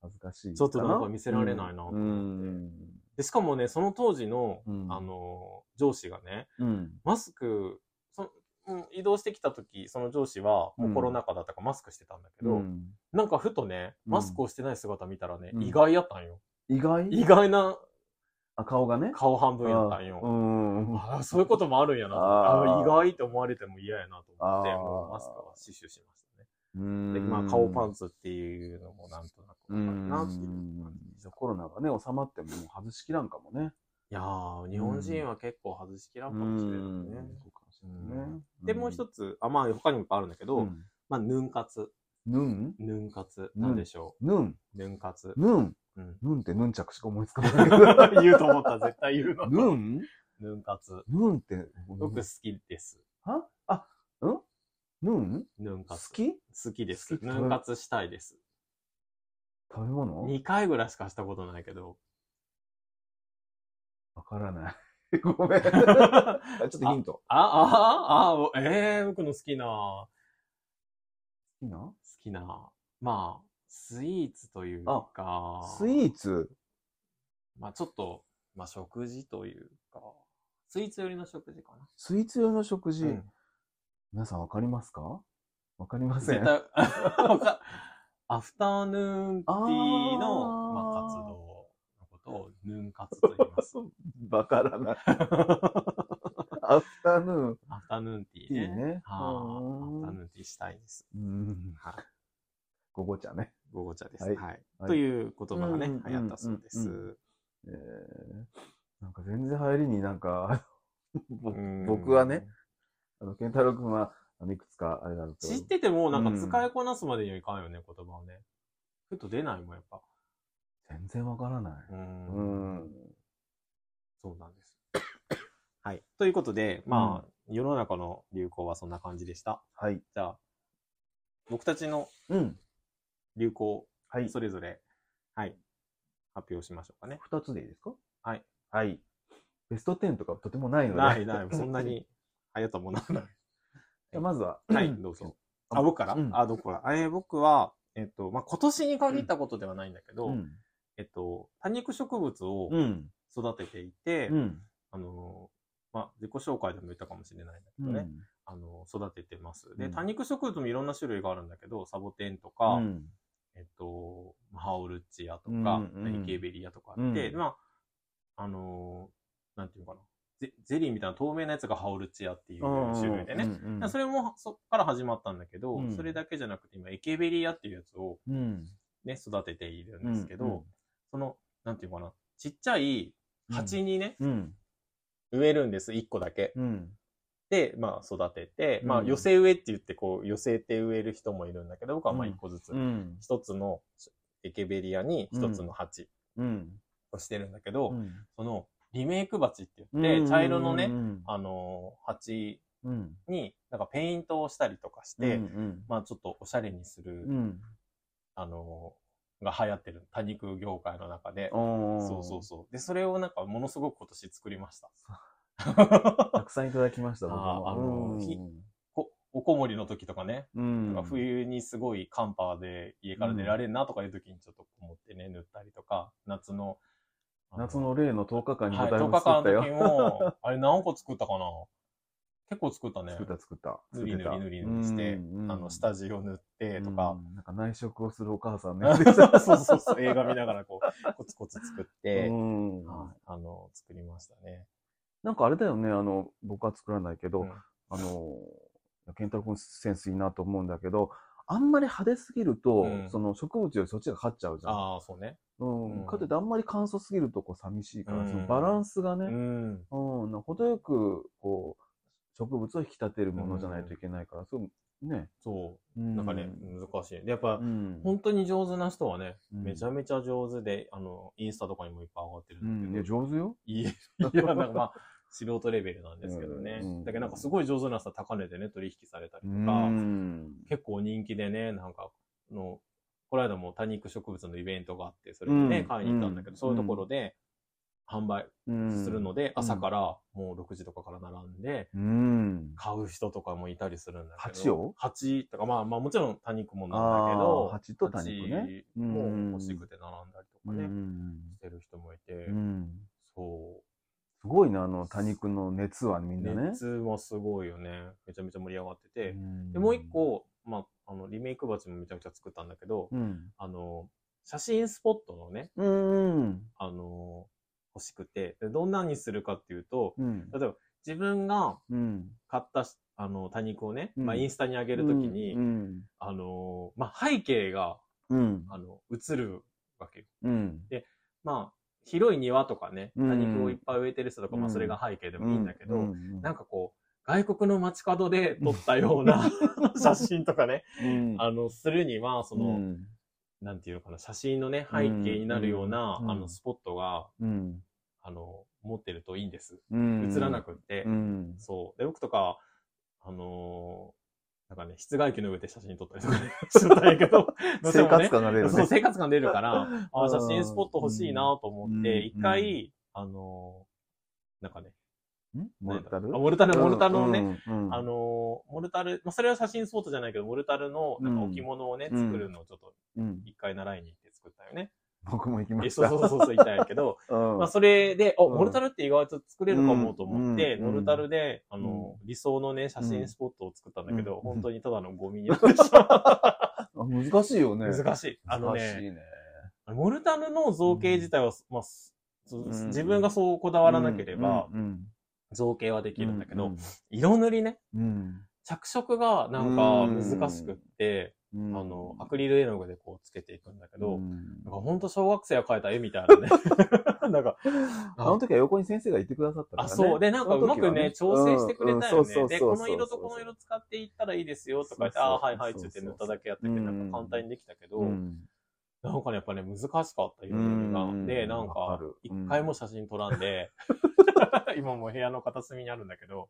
恥ずかしい。
ちょっとなんか見せられないなと思って
うん。
でしかもね、その当時の、
うん
あの、上司がね、
うん。
マスク、そうん移動してきた時、その上司は、もうコロナ禍だったからマスクしてたんだけ
う
ど、
ん
なんかふとね、
うん
マスクをしてない姿見たらね、
うん
意外やったんよ。
意外
意外な
あ、顔がね。
顔半分やったん
う
よ。
ん。
ああそういうこともあるんやなと
あ
思
ー
って。あー意外って思われても嫌やなと思って、
あー
もうマスクは死守しましたね。
うん
で、まあ、顔パンツっていうのもなんとなくわかるなっていう感じでしょ。
コロナがね、収まってももう外しきらんかもね。
いやー、日本人は結構外しきらんかもしれないね。
そうかもしれないね。
で、もう一
つ、
つ、あ、まあ、他にもいっぱいあるんだけど、
うん
まあ、ヌン活。
ヌン
ヌン活。
ヌン
なんでしょ
ヌン
う。ヌン活。
ヌン
うん
ヌンってヌン着しか思いつかないけ ど。
言うと思った、絶対言うな。
ヌン
ヌン活。
ヌンって、
僕好きです。
はあ、うんヌン
ヌン
好
活。
き
好きで
好。
す
き
ヌン活したいです。
食べ物
2回ぐらいしかしたことない けど。
わからない。 ごめん。ちょ
あ、
っとヒント。
あ、あ、えー、僕の好きな、
い
好
いな
きな、まあ、スイーツというか、
スイーツ
まあちょっと、まあ食事というか、スイーツ寄りの食事かな。
スイーツ用の食事、
うん
皆さんわかりますかわかりませ
絶
ん。
対、わかアフタヌーンティー
あ
の、
ー
まあ、活動のことをヌン活と言い ます。
わからない。アフタヌーン
アフタヌーンティー
いい
ね。
ね。
はいアフタ
う
ヌーンティーしたいです。
ん。
はい。
ごご茶ね。
午後茶です。
は
はいい。
はい
という言葉が
う
ね
ん、
流行ったそうで
うんうん
す。
えー、なんか全然入りになんか、ぼ
うん
僕はね、 あの、健太郎君は、あの、いくつかあれだろうけど
知ってても、なんか使いこなすまでにはいかんよね、言葉をね。ふと出ないもん、やっぱ。
全然わからない。う
う。
んん。
そうなんです。 はい。ということで、まあ、世の中の流行はそんな感じでした。
はい。
じゃあ、僕たちの
うん。
流行、
はい。
それぞれ、はい、発表しましょうかね。
二つでいいですか
はい。
はい。ベスト10とかとてもないので。
ないない、そ んな。に流行ったものはない。
じゃあまずは、
はい、どうぞ。あ、僕から、
うん
あ、どこからえー僕は、えっと、まあ、今年に限ったことではないんだけど、
うん。
えっと、多肉植物を
うん。
育てていて、
うん。
あの、まあ、自己紹介でも言ったかもしれないんだけどね、あの、育ててます。で、
うん
多肉植物もいろんな種類があるんだけど、サボテンと
う
か、
ん
えっと、ハオルチアと
うん
か、
うん
イケベリアとかあって、
うん
まあ、あのーなんていうのかなゼ、ゼリーみたいな透明なやつがハオルチアっていう種類でね。だからそれもそこから始まったんだけど、
うん
それだけじゃなくて今、エケベリアっていうやつを
うん
ね、育てているんですけど、
うんうん
その、なんていうのかな、ちっちゃい鉢にね、
うん
植えるんです、1個だけ。
うん
で、まあ育てて、まあ
うん
寄せ植えって言ってこう寄せて植える人もいるんだけど、僕はまあ
うん
一個ずつ
う、ん
一つのエケベリアに一つの鉢
うん
をしてるんだけど、
うん
そのリメイク鉢って
うん
言って、茶色の
う
ね、
ん
あのー鉢
うん
になんかペイントをしたりとかして、
うん
まあちょっとおしゃれにする、
うん
あのーが流行ってる多肉業界の中で、そ
そう
そうそう。で、それをなんかものすごく今年作りました。
たくさんいただきました、僕
あー
も
あの
うん
ひこおこもりの時とかね、
うん
なんか冬にすごい寒波で家から出られんなとかいう時にちょっと思ってね、塗ったりとか、夏の。あ
夏の例の10日間に
はい、
だい
10
ぶ
日
作
間
った
の
よ
時。も、あれ何個作ったかな結構作ったね。
作った作った。
塗り塗り塗り塗りして、あの、下地を塗って
地
とか、。
うんなんか内職をするお母さんね。
そうそうそう、映画見ながらこう、コツコツ作って、
うん
はいあの、作りましたね。
なんかあれだよね、あの、僕は作らないけど、
うん
あの、健太郎君センスいいなと思うんだけど、あんまり派手すぎると、
うん
その植物よりそっちが勝っちゃうじゃん。
ああ、そうね。
うん
うん
かといってあんまり乾燥すぎるとこう寂しいから、
うん
そのバランスがね、
うん。
うん、なんか程よく、こう、植物を引き立てるものじゃないといけないから、そう、ね。
そ
うん
う。なんかね、難しい。でやっぱ、
うん
本当に上手な人はね、
うん
めちゃめちゃ上手で、あの、インスタとかにもいっぱい上がってる
うん
だけ
ん、い
ど、
や、上手よ。
いや、い やなんかまあ、素人レベルなんですけどね。
うん
だけどなんかすごい上手な人は高値でね、取引されたり
う
とか、
ん。
結構人気でね、なんか、あの、この間も多肉植物のイベントがあって、それでね、
うん
買いに行ったんだけど、
うん
そういうところで販売するので、
うん
朝からもう6時とかから並んで、
うん。
買う人とかもいたりするんだけど。
鉢を
鉢とか、まあまあもちろん多肉もなんだけ
あ
ど
あ、、蜂と多肉ね。
ね。も欲しくて並んだりと
う
か
んう
ね、
ん
してる人もいて、
うん。
そ
すごいな、あの、多肉の熱はみ
う。
んなね。
熱もすごいよね。めちゃめちゃ盛り上がってて。で、
で
もう一、個、まあ、あの、リメイク鉢もめちゃくちゃ作ったんだけど、
うん。
あの、写真スポットのね、
うん。
あの、欲しくて、でどんなにするかっていうと、
うん。
例えば自分が
うん。
買ったし、あの、多肉をね、
うん
まあ、インスタに上げ
や
るときに、
うん。
あの、まあ、背景が、
うん。
あの、映るわけよ
うん。
まあ、広い庭とかね、多
うん
肉をいっぱい植えてる人とか、ま
う
あ、
ん
それが背景でもいいんだけど、
うん
なんかこう、外国の街角で撮ったような 写真とかね、
うん
あの、するには、その、
うん
なんていうのかな、写真のね、背景になるような、
うん
あの、スポットが、
うん。
あの、持ってるといいんです。
うん
映らなくって。
うん。
そう。で、僕とか、あのーなんかね、室外機の上で写真撮ったりとかね、 してたんやけど、どうして
生
もね
活感が出る
そう、
ね。
生活感出るから、あ
う
ー
ん
写真スポット欲しいなと思って、
うん
一回、あのーなんかね、
んモルタル
あモルタル、モルタルのね、
ね、うん
あ、のーモルタル、まあ、それは写真スポットじゃないけど、モルタルの、なんか置物をね、
うん
作るのをちょっと、
うん
一回習いに行って作ったよね。
僕も行きま
え
し
そう
た。
そうそうそう、いたんやけど、
うん
まあ、それで、お、
うん
モルタルって意外と作れるかもと思って、
うん
モルタルで、あの、理想のね、写真スポットを作ったんだけど、
うん
本当にただのゴミになってしまった。
あ難しい よね。
難しい。あの
難し
ね、
いね。
モルタルの造形自体は、まあ、す
ん
自分がそうこだわらなければ、
うんうん
造形はできるんだけど、
うん
色塗りね、
うん
着色がなんか難しくって、
うん
あの、アクリル絵の具でこうつけていくんだけど、
うん
なんかほんと小学生が描いた絵みたい なね。なんか、
あの時は横に先生がいてくださったから
あ、
ね。
そう。で、なんか
そう
ま
の時
く
は
ね、調整してくれたよ
うんうん
ね。で、
そうそう
こ
そ
の
うそう
色とこの色使っていったらいいですよとか言って、
そうそう
あーはいはいって言って
そう
塗
そう
っただけやってて、
うん
なんか簡単にできたけど、
うん
なんかね、やっぱね、難しかった色々
う
が。
ん
で、なん
わ
か
かる、
一回も写真撮らんで、 今もう部屋の片隅にあるんだけど、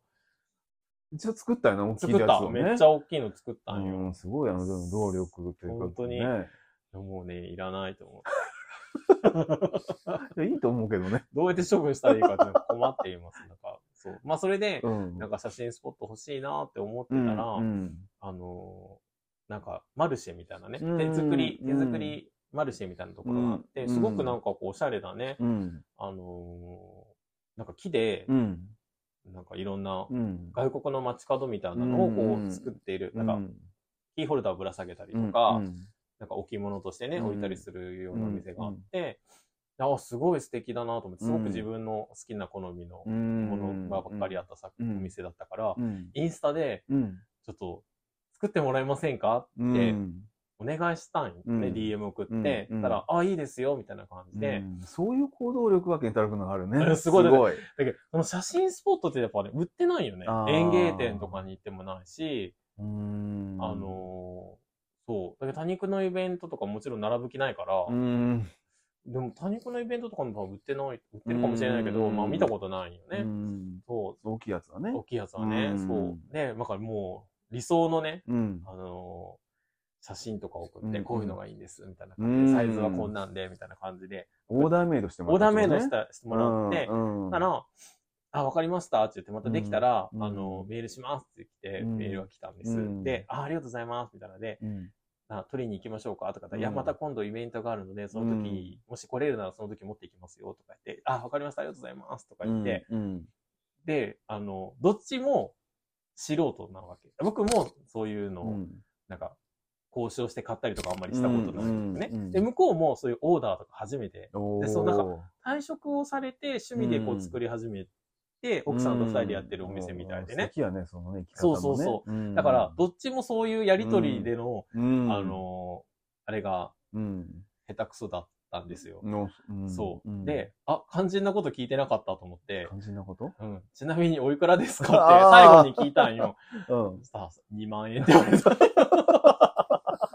一応作ったよな、大きい
作っ
や
た
つ。をね。
めっちゃ大きいの作ったん
う
よ。
んすごい、あの、でも動力というか。
本当に
ね
もうね、いらないと思う。
いやいいと思うけどね。
どうやって処分したらいいかって困っています。なんか、そう。まあ、それで、
うん
なんか写真スポット欲しいなって思って
う
た
ん
ら、
うん
あのーなんか、マルシェみたいなね、
うん
手作り、
う
手
ん
作りマルシェみたいなところがあって、
うん
すごくなんかこう、おしゃれだね、
うん。
あのーなんか木で、
うん。
なんかいろんな
うん。
外国の街角みたいなのを
うんう
こ
んう
うん作っている、
う
なんか
ん
キーホルダーぶら下げたりと
うん
か、
うん
なんか置物としてね、
うん
置いたりするようなお店があって、あ、すごい素敵だなと思って、すごく自分の好きな好みのものがばっかりあったさ、
うん
お店だったから、
うん
インスタで、
うん
ちょっと作ってもらえませんか
う
って
ん
お願いしたんよね、
うん
DM 送って、
うん
たら、あ、いいですよ、みたいな感じで、
うんそういう行動力が健太郎君のある
う
ね。
んすごい
すごい。
だけど、この写真スポットってやっぱね、売ってないよね
あ。ー
園芸店とかに行ってもないし、
うーん
あ、のーそう。だけど多肉のイベントとかもちろん並ぶ気ないから、
うん。
でも多肉のイベントとかも多分売ってない、売ってるかもしれないけど、
うん
まあ見たことないよね。
うん
そ
大きいやつだ
う。
ね
大。きいやつはね、
うん
そう。ね、だからもう理想のね、
うん。
あのー写真とか送って、
うん
こういうのがいいんです、みたいな感じ
う
で、
ん
サイズはこんなんで、みたいな感じで、
オーダーメイドしても
オーダーメイドし
ら
た、して
う
も
ん
らって、
うん
だから、あ、わかりましたって言って、またできたら、
うん
あの、メールしますって来て、
うん
メールが来たんです。
うん
で、あ、ありがとうございますみたいなので、
うん
あ取りに行きましょうかとか言った
う
ら、
ん
いや、また今度イベントがあるので、その時、もし来れるならその時持っていきますよとか言って、あ、わかりました、ありがとうございますとか言って、
うん
で、あの、どっちも素人なわけ。僕もそういうの
う
を、
ん
なんか、交渉して買ったりとかあんまりしたことないんですね。
うんうんうん
で、向こうもそういうオーダーとか初めて
おー
でそうなん退職をされて趣味でこう作り始めて、奥さんと二人でやってるお店みた
う
いで
ん素
ね。
敵やね、そのね、生き
そう
方
そうそうだから、、どっちもそういうやりとりでの、
うん
あ、のーあれが
うん。
下手くそだったんですよ。
の、ん
そう、
ん
で、あ、肝心なこと聞いてなかったと思って、
肝心なこと
うん、ちなみにおいく らですか
あー
って最後に聞いたんよ。
うん。
さあ、2万円って言われた。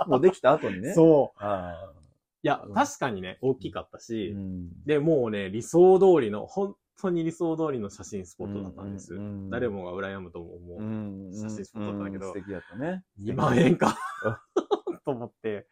もうできた後にね。う。
そう。
あ
いや
うん、
確かにね、大きかった
ー
し、
うん
で、もうね、理想通りの、本当に理想通りの写真スポットだったんです。
ううん
誰もが羨むと思う。
うん
写真スポットだったけど
うん素敵だったね。
2万円か と思って、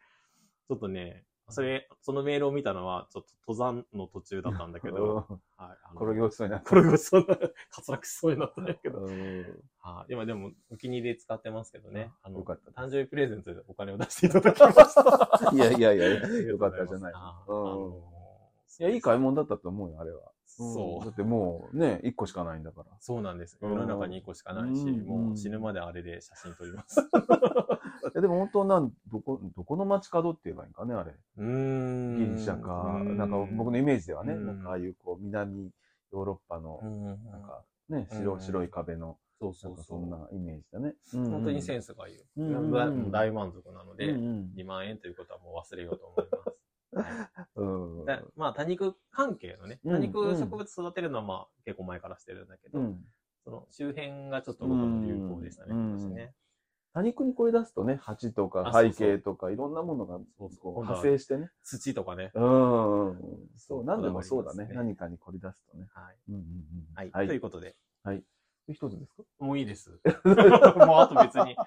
ちょっとね、それ、そのメールを見たのは、ちょっと登山の途中だったんだけど、
うん、
はい、あの
転げ落ちそうになった。
転げ落ちそうな、 滑落しそうになったんだけど、
うん
はい今でもお気に入りで使ってますけどね、あの、
よかった
誕生日プレゼントでお金を出していただき ました。
いやいやい やいや、
ありがと
よ
う
か
ご
っ
ざ
た
ます
じゃない。
あ
うん
あの
いや、いい買い物だったと思うよ、あれは。ん
そう
だ。ってもうね、1個しかないんだから。
そうなんです。
う
世
ん
の中に1個しかないし、
うん
もう死ぬまであれで写真撮ります。
いやでも本当なん、どこ、どこの街角って言えばいいんかね、あれ。
うーん
ギリシャか、なんか僕のイメージではね、
うん
なんかああいうこう、南ヨーロッパの
う、ん
なんかね、
う
白、
ん
白い壁の、
そう
な
そ
ん
う
か
そ
そ
うん
なイメージだね。本
本当にセ
ン
ンスがいいよ。
うんうん
大大満足なの
ス
で、
うん
2万円ということはもう忘れようと思います。
うん。うん
だまあ、多肉関係のね、
うん
多肉植物育てるのはまあ結構前からしてるんだけど、
うん
その周辺がちょっと僕の流行でしたね、
うん
今年ね。
多肉にこれ出すとね、鉢とか
あそうそ
背
う
景とかいろんなものが
そうそ
こう
う今度は
派生してね。
土とかね。
うんうんうん。そう、何でもそうだね。
こだわ
何
り
かにこり出すとね。
はい。
うんうん
はい。
うん。
と
はいい。
うことで、
一つですか
もうい いです。もうあと別に。はい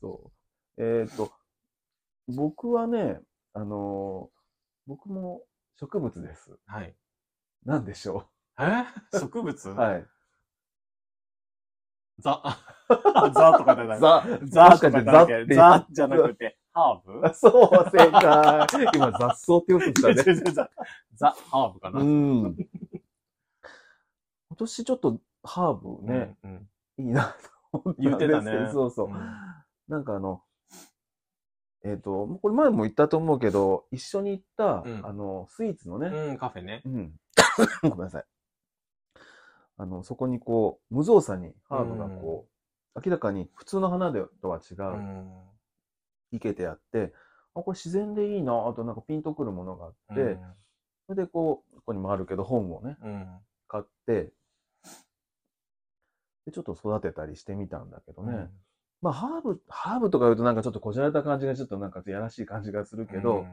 そう。えっ、と、僕はね、あのー僕も植物です。
はい。
なんでしょ
え植物
う。 はい。
ザ。 ザとかじゃない。
ザ、
ザ
もし
と
か
か
してザって
じゃなくて、ザじゃなくて、ハーブ
あそう、正解。 今、雑草って言おうとしたね。
違う違う違うザ・ハーブかな。
うん。 今年ちょっとハーブね、
うん。うん
いいなと思
言
っ
ったて
んで
た
す
ね
けど、。そうそう。
ん
なんかあの、えっ、と、もうこれ前も言ったと思うけど、一緒に行った、
うん
あの、スイーツのね、
うん、カフェね。
うん。 ごめんなさい。あの、そこにこう、無造作にハーブがこう、明らかに普通の花でとは違
う
う、
ん。
生けてあって、あ、これ自然でいいなぁとなんかピンとくるものがあって、それでこう、ここにもあるけど本をね、
うん、
買って、で、ちょっと育てたりしてみたんだけど
うん。
ね。まあ、ハーブ、ハーブとか言うとなんかちょっとこじられた感じがちょっとなんかやらしい感じがするけど、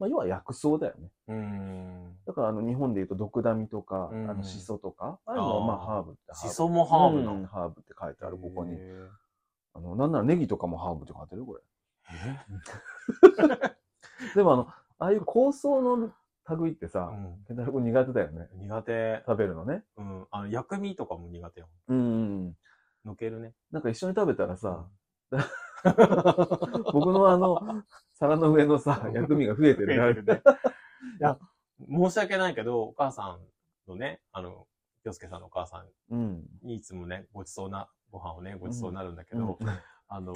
まあ、要は薬草だよね。
うん、うん。
だからあの日本で言うとドクダミとか、
うん
あのシソとか、ああいうのはまあ
あー
ハーブって。
シソもハーブな
うん
の。
ハーブって書いてある、ここに
へ。ー
あの、なんならネギとかもハーブって書いてあるよこ
え
れ。でもあの、ああいう香草の類ってさ、
うん
ケンタロウ君苦手だよね。
苦手。
食べるのね。
うん。あの、薬味とかも苦手よ。
うん。
のけるね。
なんか一緒に食べたらさ、
増
僕のあの、皿の上のさ、薬味が増えて
えて
るね。
るね。いや、申し訳ないけど、お母さんのね、あの、京介さんのお母さ
うん。
んにいつもね、ごちそうな、ご飯をね、ごちそうになるんだけ
うん
ど、あの、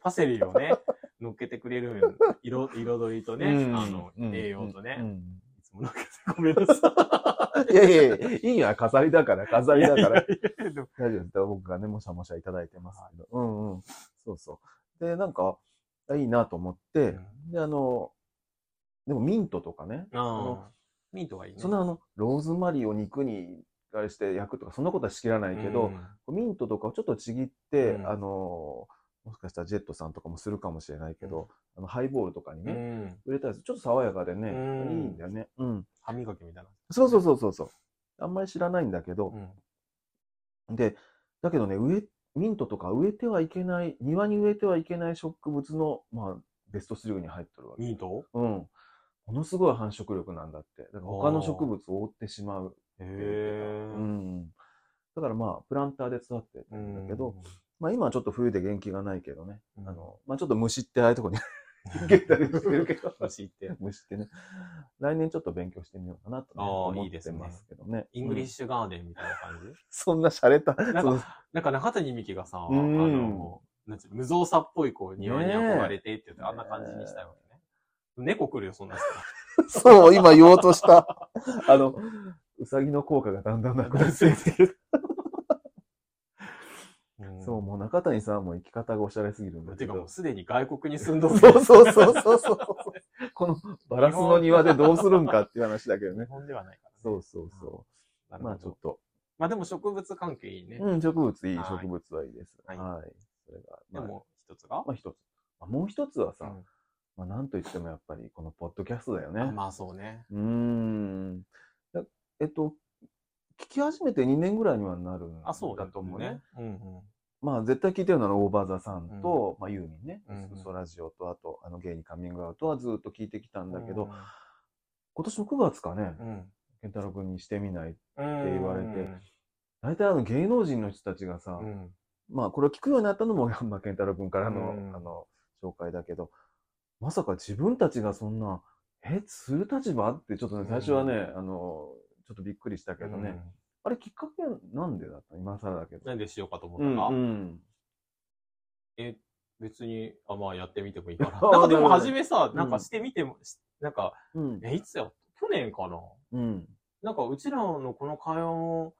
パセリを ね、乗っけてくれるん色、彩りとね、
うん
あの、
うん
栄養とね、
うん
いつも乗っけてごめんなさ
いやいやいや、いいよ、飾りだから、飾
い。
りだから。
いやいやいやでも
大丈夫です。僕がね、もしゃもしゃいただいてますけど。うんうん。そうそう。で、なんか、あいいなと思って、で、あの、でもミントとかね、
ああ。ミントがいいね。
そんなあの、ローズマリーを肉に、あれして焼くとか、そんなことはしきらないけど、ミントとかをちょっとちぎって、
うん
あの、もしかしたらジェットさんとかもするかもしれないけど、あのハイボールとかに
うん、う
ね、
ん。
売れたりする。ちょっと爽やかでね、
うん
いいんだよね。うん。
歯磨きみたいな。
そうそうそうそうそう。あんまり知らないんだけど、
うん。
で、だけどね、植え、ミントとか植えてはいけない、庭に植えてはいけない植物の、まあ、ベスト3に入ってるわけ。
ミント
うん。ものすごい繁殖力なんだって。だから他の植物を覆ってしまう。
へ
う
え。
ん。だからまあ、プランターで育って
う
るん
ん
だけど、、まあ今はちょっと冬で元気がないけどね。
うん
あの、まあちょっと虫ってああいうとこに ゲッタリしてるけど。
虫って。
虫ってね。来年ちょっと勉強してみようかなと、ね、
あー
思
い
っ
いで
て
すね
ますけどね。
イングリッ
うん
シュガーデンみたいな感じ、
そんな洒落た。
なん
そう
か、なんか中谷美紀がさ、あ
うん
の、なんていうの無造作っぽいこう庭に
ねえ
憧れてって言って、あんな感じにしたいわけね。猫来るよ、そんな人。
そう、今言おうとした。あの、うさぎの効果がだんだんなくなってきてる。そう、もう中谷さんはもう生き方がおしゃれすぎるん
う
だ
ん。
け
てかも
ど
う。すでに外国に住んどる。
そうそうそうそうそう。このバラスの庭でどうするんかっていう話だけど
日
ね。
本ではないから、ね。
そうそうそ
な
う。
るほど
まあちょっと。
まあでも植物関係いいね。
うん、植物いい、
はい
植物はいいです。は。
はいい
それが、ま
で
あ、
も、一つが、
まあ一つ。まあもう一つはさ、
うん
まあなんといってもやっぱりこのポッドキャストだよね。
あまあそうね。
うーん。だえっと、聞き始めて2年ぐらいにはなるん
あ、そう
だと思うね。。
うんうん。
まあ、絶対聞いてるなら、オーバーザさんと、まあ、ユーミンね
うん、うん
嘘、ラジオと、あと、あの、ゲイにカミングアウトはずっと聞いてきたんだけど、
うん
今年の9月かね
う、ん。
健太郎君にしてみない。
って
言われて大体あの、芸能人の人たちがさ、
うん。
まあ、これを聞くようになったのも、まあ、健太郎君からの、
うん
あの、紹介だけど、まさか自分たちがそんな、え、する立場って、ちょっとね、最初はね、あの、ちょっとびっくりしたけどね、
うん
あれきっかけはなんでだったの今更だけど。
なんでしようかと思っ
う
たか、
ん、うん。
え、別に、あ、まあやってみてもいいかな。
あ
なんかで
なるほど
も初めさ、
うん
なんかしてみても、しなんか、
うん。
え、いつや、去年かな
うん。
なんかうちらのこの会話を、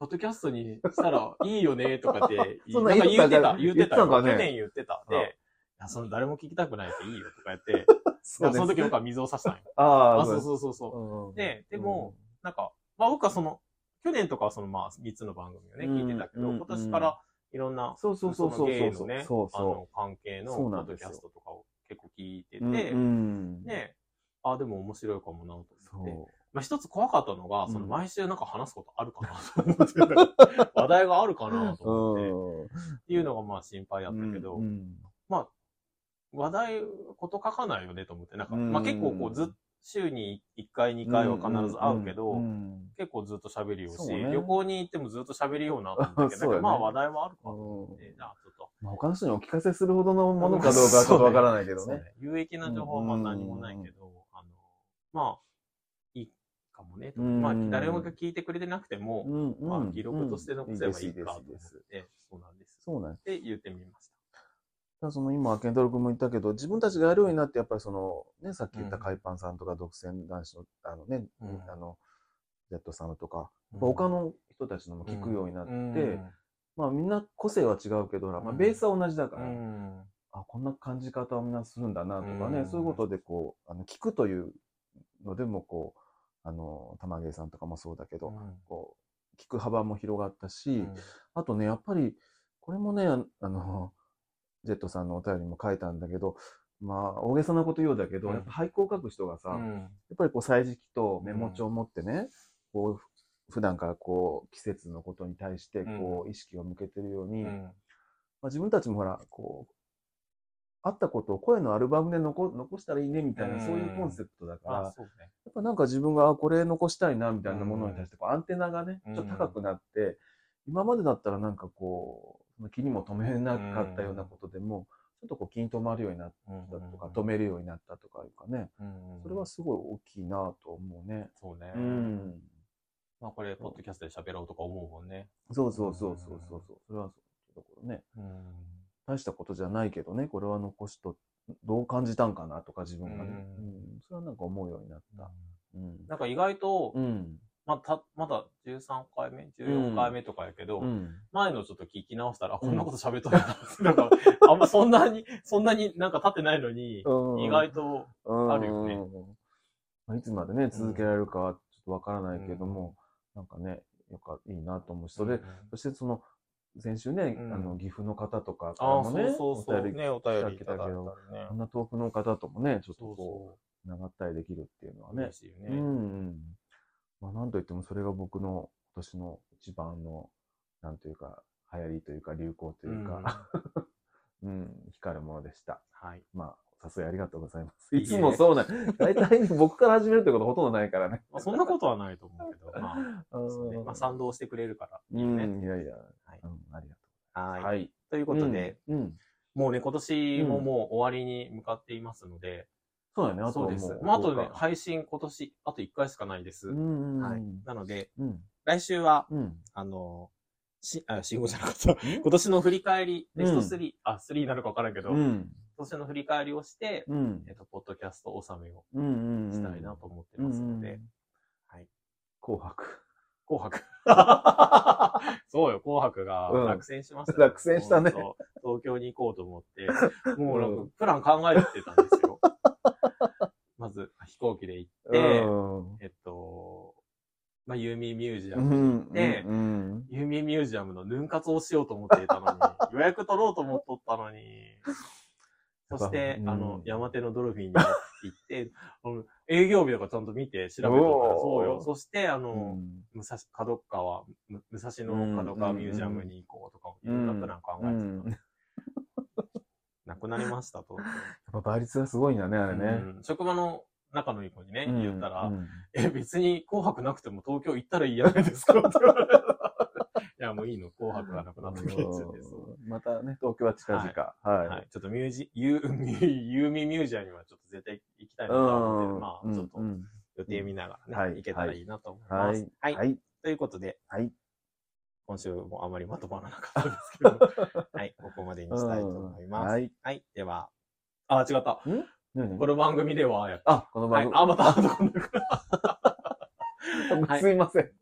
ポッドキャストにしたらいいよね、とかって
、そんな
なん
言
か
って
言
た
ってた、言っ
言って
てたよ。
たか
去
ね
年言ってた。で、
あ
いや、その誰も聞きたくないっていいよ、とかやって、
そ
なんかその時僕は水を差したんよ。
あ
あ、
あ、
そう
う
そうそうそう。
うんうん。
ででもなんか、まあ僕はその、去年とかはそのまあ3つの番組をね、
うん
聞いてたけ
う
ど、
ん
今年からいろん
うん、
な、
そうそうそう
の
そう
芸
そう
のね、
そう
あ
そ
の、関係の
そう
ポ
なん
ッ
です
ドキ
よ
ャストとかを結構聞いて
う。うん
て
う、ん、
ね、あ、でも面白いかもなと
そ
思って。
う。
まあ一つ怖かったのが、
うん
その毎週なんか話すことあるかなと思 って、話題があるかなと思って、っていうのがまあ心配だったけど
う、ん
話題、こと書かないよねと思って、なんか、
うん
まあ結構こうずっと、週に1回、2回は必ず会うけど、
うんうん
結構ずっと喋るよし、
そうね
旅行に行ってもずっと喋るようなと思ったけど、
そうだね
まあ話題もあるかと思
うん
って、じゃあちょっと。
まあ、他の人にお聞かせするほどのものかどうかはちょっとわからないけど
そう
ね。
ね有益な情報はまあ何もないけど、あの、まあ、いいかもねと。
うん
まあ誰もが聞いてくれてなくても、
んん
まあ記録として残せばいいかと
うん
思っ
いいですいいですいいです
て、そうなんです。
そうなんです。
って言ってみました
だからその今、健太郎君も言ったけど、自分たちがやるようになって、やっぱりその、ね、さっき言った海パンさんとか、独占男子の、あのね、
うん
あの、ジェットさんとか、。
うん
他の人たちのも聞くようになって、
うん
まあみんな個性は違うけど、まあベースは同じだから、
うん
あ、こんな感じ方をみんなするんだなとかね、
うん
そういうことでこう、あの、聞くというのでもこう、あの、玉芸さんとかもそうだけど、こう、聞く幅も広がったし、
うん
あとね、やっぱり、これもね、あ あの、ジェットさんのお便りにも書いたんだけど、まあ、大げさなこと言うんだけど、
うん
やっぱ俳句を書く人がさ、
う
やっ
ん
ぱりこう、歳時記とメモ帳を持ってね、こう、普段からこう、季節のことに対して、こう、意識を向けてるように、
うん
まあ、自分たちもほら、こう、あったことを声のアルバムで残残したらいいねみたいな、
うん
そういうコンセプトだから、
ま
や
あそうね。
っぱなんか自分があこれ残したいなみたいなものに対して、こうアンテナがね、
うん
ちょっと高くなって、今までだったらなんかこう、その気にも留めなかったようなことでも、ちょっとこう気に留まるようになっ
うん
たとか、止めるようになったとかいうかね、
うん
それはすごい大きいなと思うね。
そうね。
うん。
ままあこれ、ポッドキャストで喋ろうとか思うもんね。
そうそうそうそうそうそう。それはそう。ところね。
うん。
大したことじゃないけどね、これは残しと、どう感じたんかなとか自分がね。
う
うんん。それはなんか思うようになった。うん。
なんか意外と、
うん。
まあた、まだ13回目 ?14 回目とかやけど、
うん。
前のちょっと聞き直したら、あこんなこと喋っとるな。なんか、あんまそんなに、そんなになんか立ってないのに、意外と、
と
あるよね。
まあいつまでね、続けられるかはちょっとわからないけども、なんかね、よかいいなと思うし、それ、そしてその、先週ね、
うん
あの、岐阜の方とかから
ああ、
も
そ
ね
う、そうそう。ね、お便りい
来
ただいたらね。
あんな遠くの方ともね、ちょっと
そう
こ、
そう
繋がったりできるっていうのは
う。
ね
嬉、しいよ
う
ね。
んうん。まあ、なんといってもそれが僕の今年の一番の、なんというか、流行りというか、流行というか、
う ん
うん、光るものでした。
はい。
まあ、お誘いありがとうございます。
いえ
い
いえ
つもそうなん、大体ね僕から始めるってことほとんどないからね。
まあ、そんなことはないと思うけ ど、ま
う
あ、そうね
ん
まあ、賛同してくれるか
うん、いやいや、
はい
うん、ありがと
ら。
う。
はい。
い。
という
と
こ
いうことと
で
で、、うん。
もうね、今年ももう終わりに向かっていますので、
そうだね、あと
そう
は
で
も
す
う。。
まあ、あとね、
はい。
配信今年、あと1回しかないです。
うん、
はい
うん。
なので、
うん、
来週は、
うん。
あの、し、あ、新語じゃなかった。今年の振り返り、ベスト3、あ、3になるか分からんけど、
う
今
ん、
年の振り返りをして、
うん
えっ、と、ポッドキャスト納めを
うん、うん。
したいなと思ってますので、はい。
紅白。
紅白。 そうよ、紅白が
うん
落選しましたよ、
落選したね
本当東京に行こうと 思って、もうなんか、プラン考えてたんですよ。まず、飛行機で行って、
うん
えっと、まあ、ユーミンミュージア
う
ム
ん
で
うん
ユーミンミュージアムのヌン活をしようと思っていたの に、予約取ろうと思っとったのに、そして、
うん
あの、山手のドルフィンに行って、 あの営業日とかちゃんと見て調べとったら、
おー
そうよ。そして、あ
う
の、
ん
武蔵、角川、む武蔵野角川ミュージアムに行こうとか、いろいろプラン考えてた
う
の
ん
に、なくなりましたと。
やっぱ倍率がすごいんだね、あれ
う
ね。
ん職場の仲のいい子にね、
うん
言ったら、
うん
え、別に紅白なくても東京行ったらいいやないですかって言われたいや、もういいの、紅白がなくなってくれちゃって。そう
またね、東京は近々。
は、
はい
ちょっとミュージ、 ユーミ、ユーミミュージアムにはちょっと絶対行きたい
い。
なと思ってる、ま
う
あ、
ん
ちょっと
うん
予定見ながらね、
はい
行けたらいいなと思いま
は
す
い。。
はい。
はい。
ということで、
はい。
今週もあまりまとまらなかったんです けど、はい、ここまでにしたいと思います。
うんはい。
はい、では、あ、違った。
何々
この番組では、やっ
あ、この
は
番
い、
組
あ、また、今度はい
すいません。
ち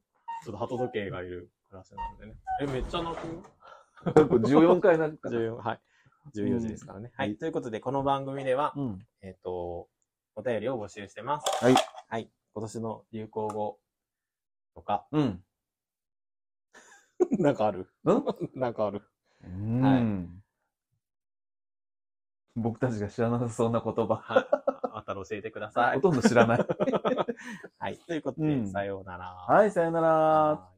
ょっと鳩時計がいる暮らしなのでね。え、めっちゃ泣くよ。
これ14回なんか。
14はい。14時ですからね。はい。ということで、この番組では、
うん。
えっ、と、お便りを募集してます。
はい。
はい。今年の流行語とか、
うん。
なんかある
うん
なんかある。
うん僕たちが知らなさそうな言葉。
はい。あったら教えてく ださい
ほ。とんど知らない。
はい。ということで、
うん
さようなら。
はい、さよなら。
い。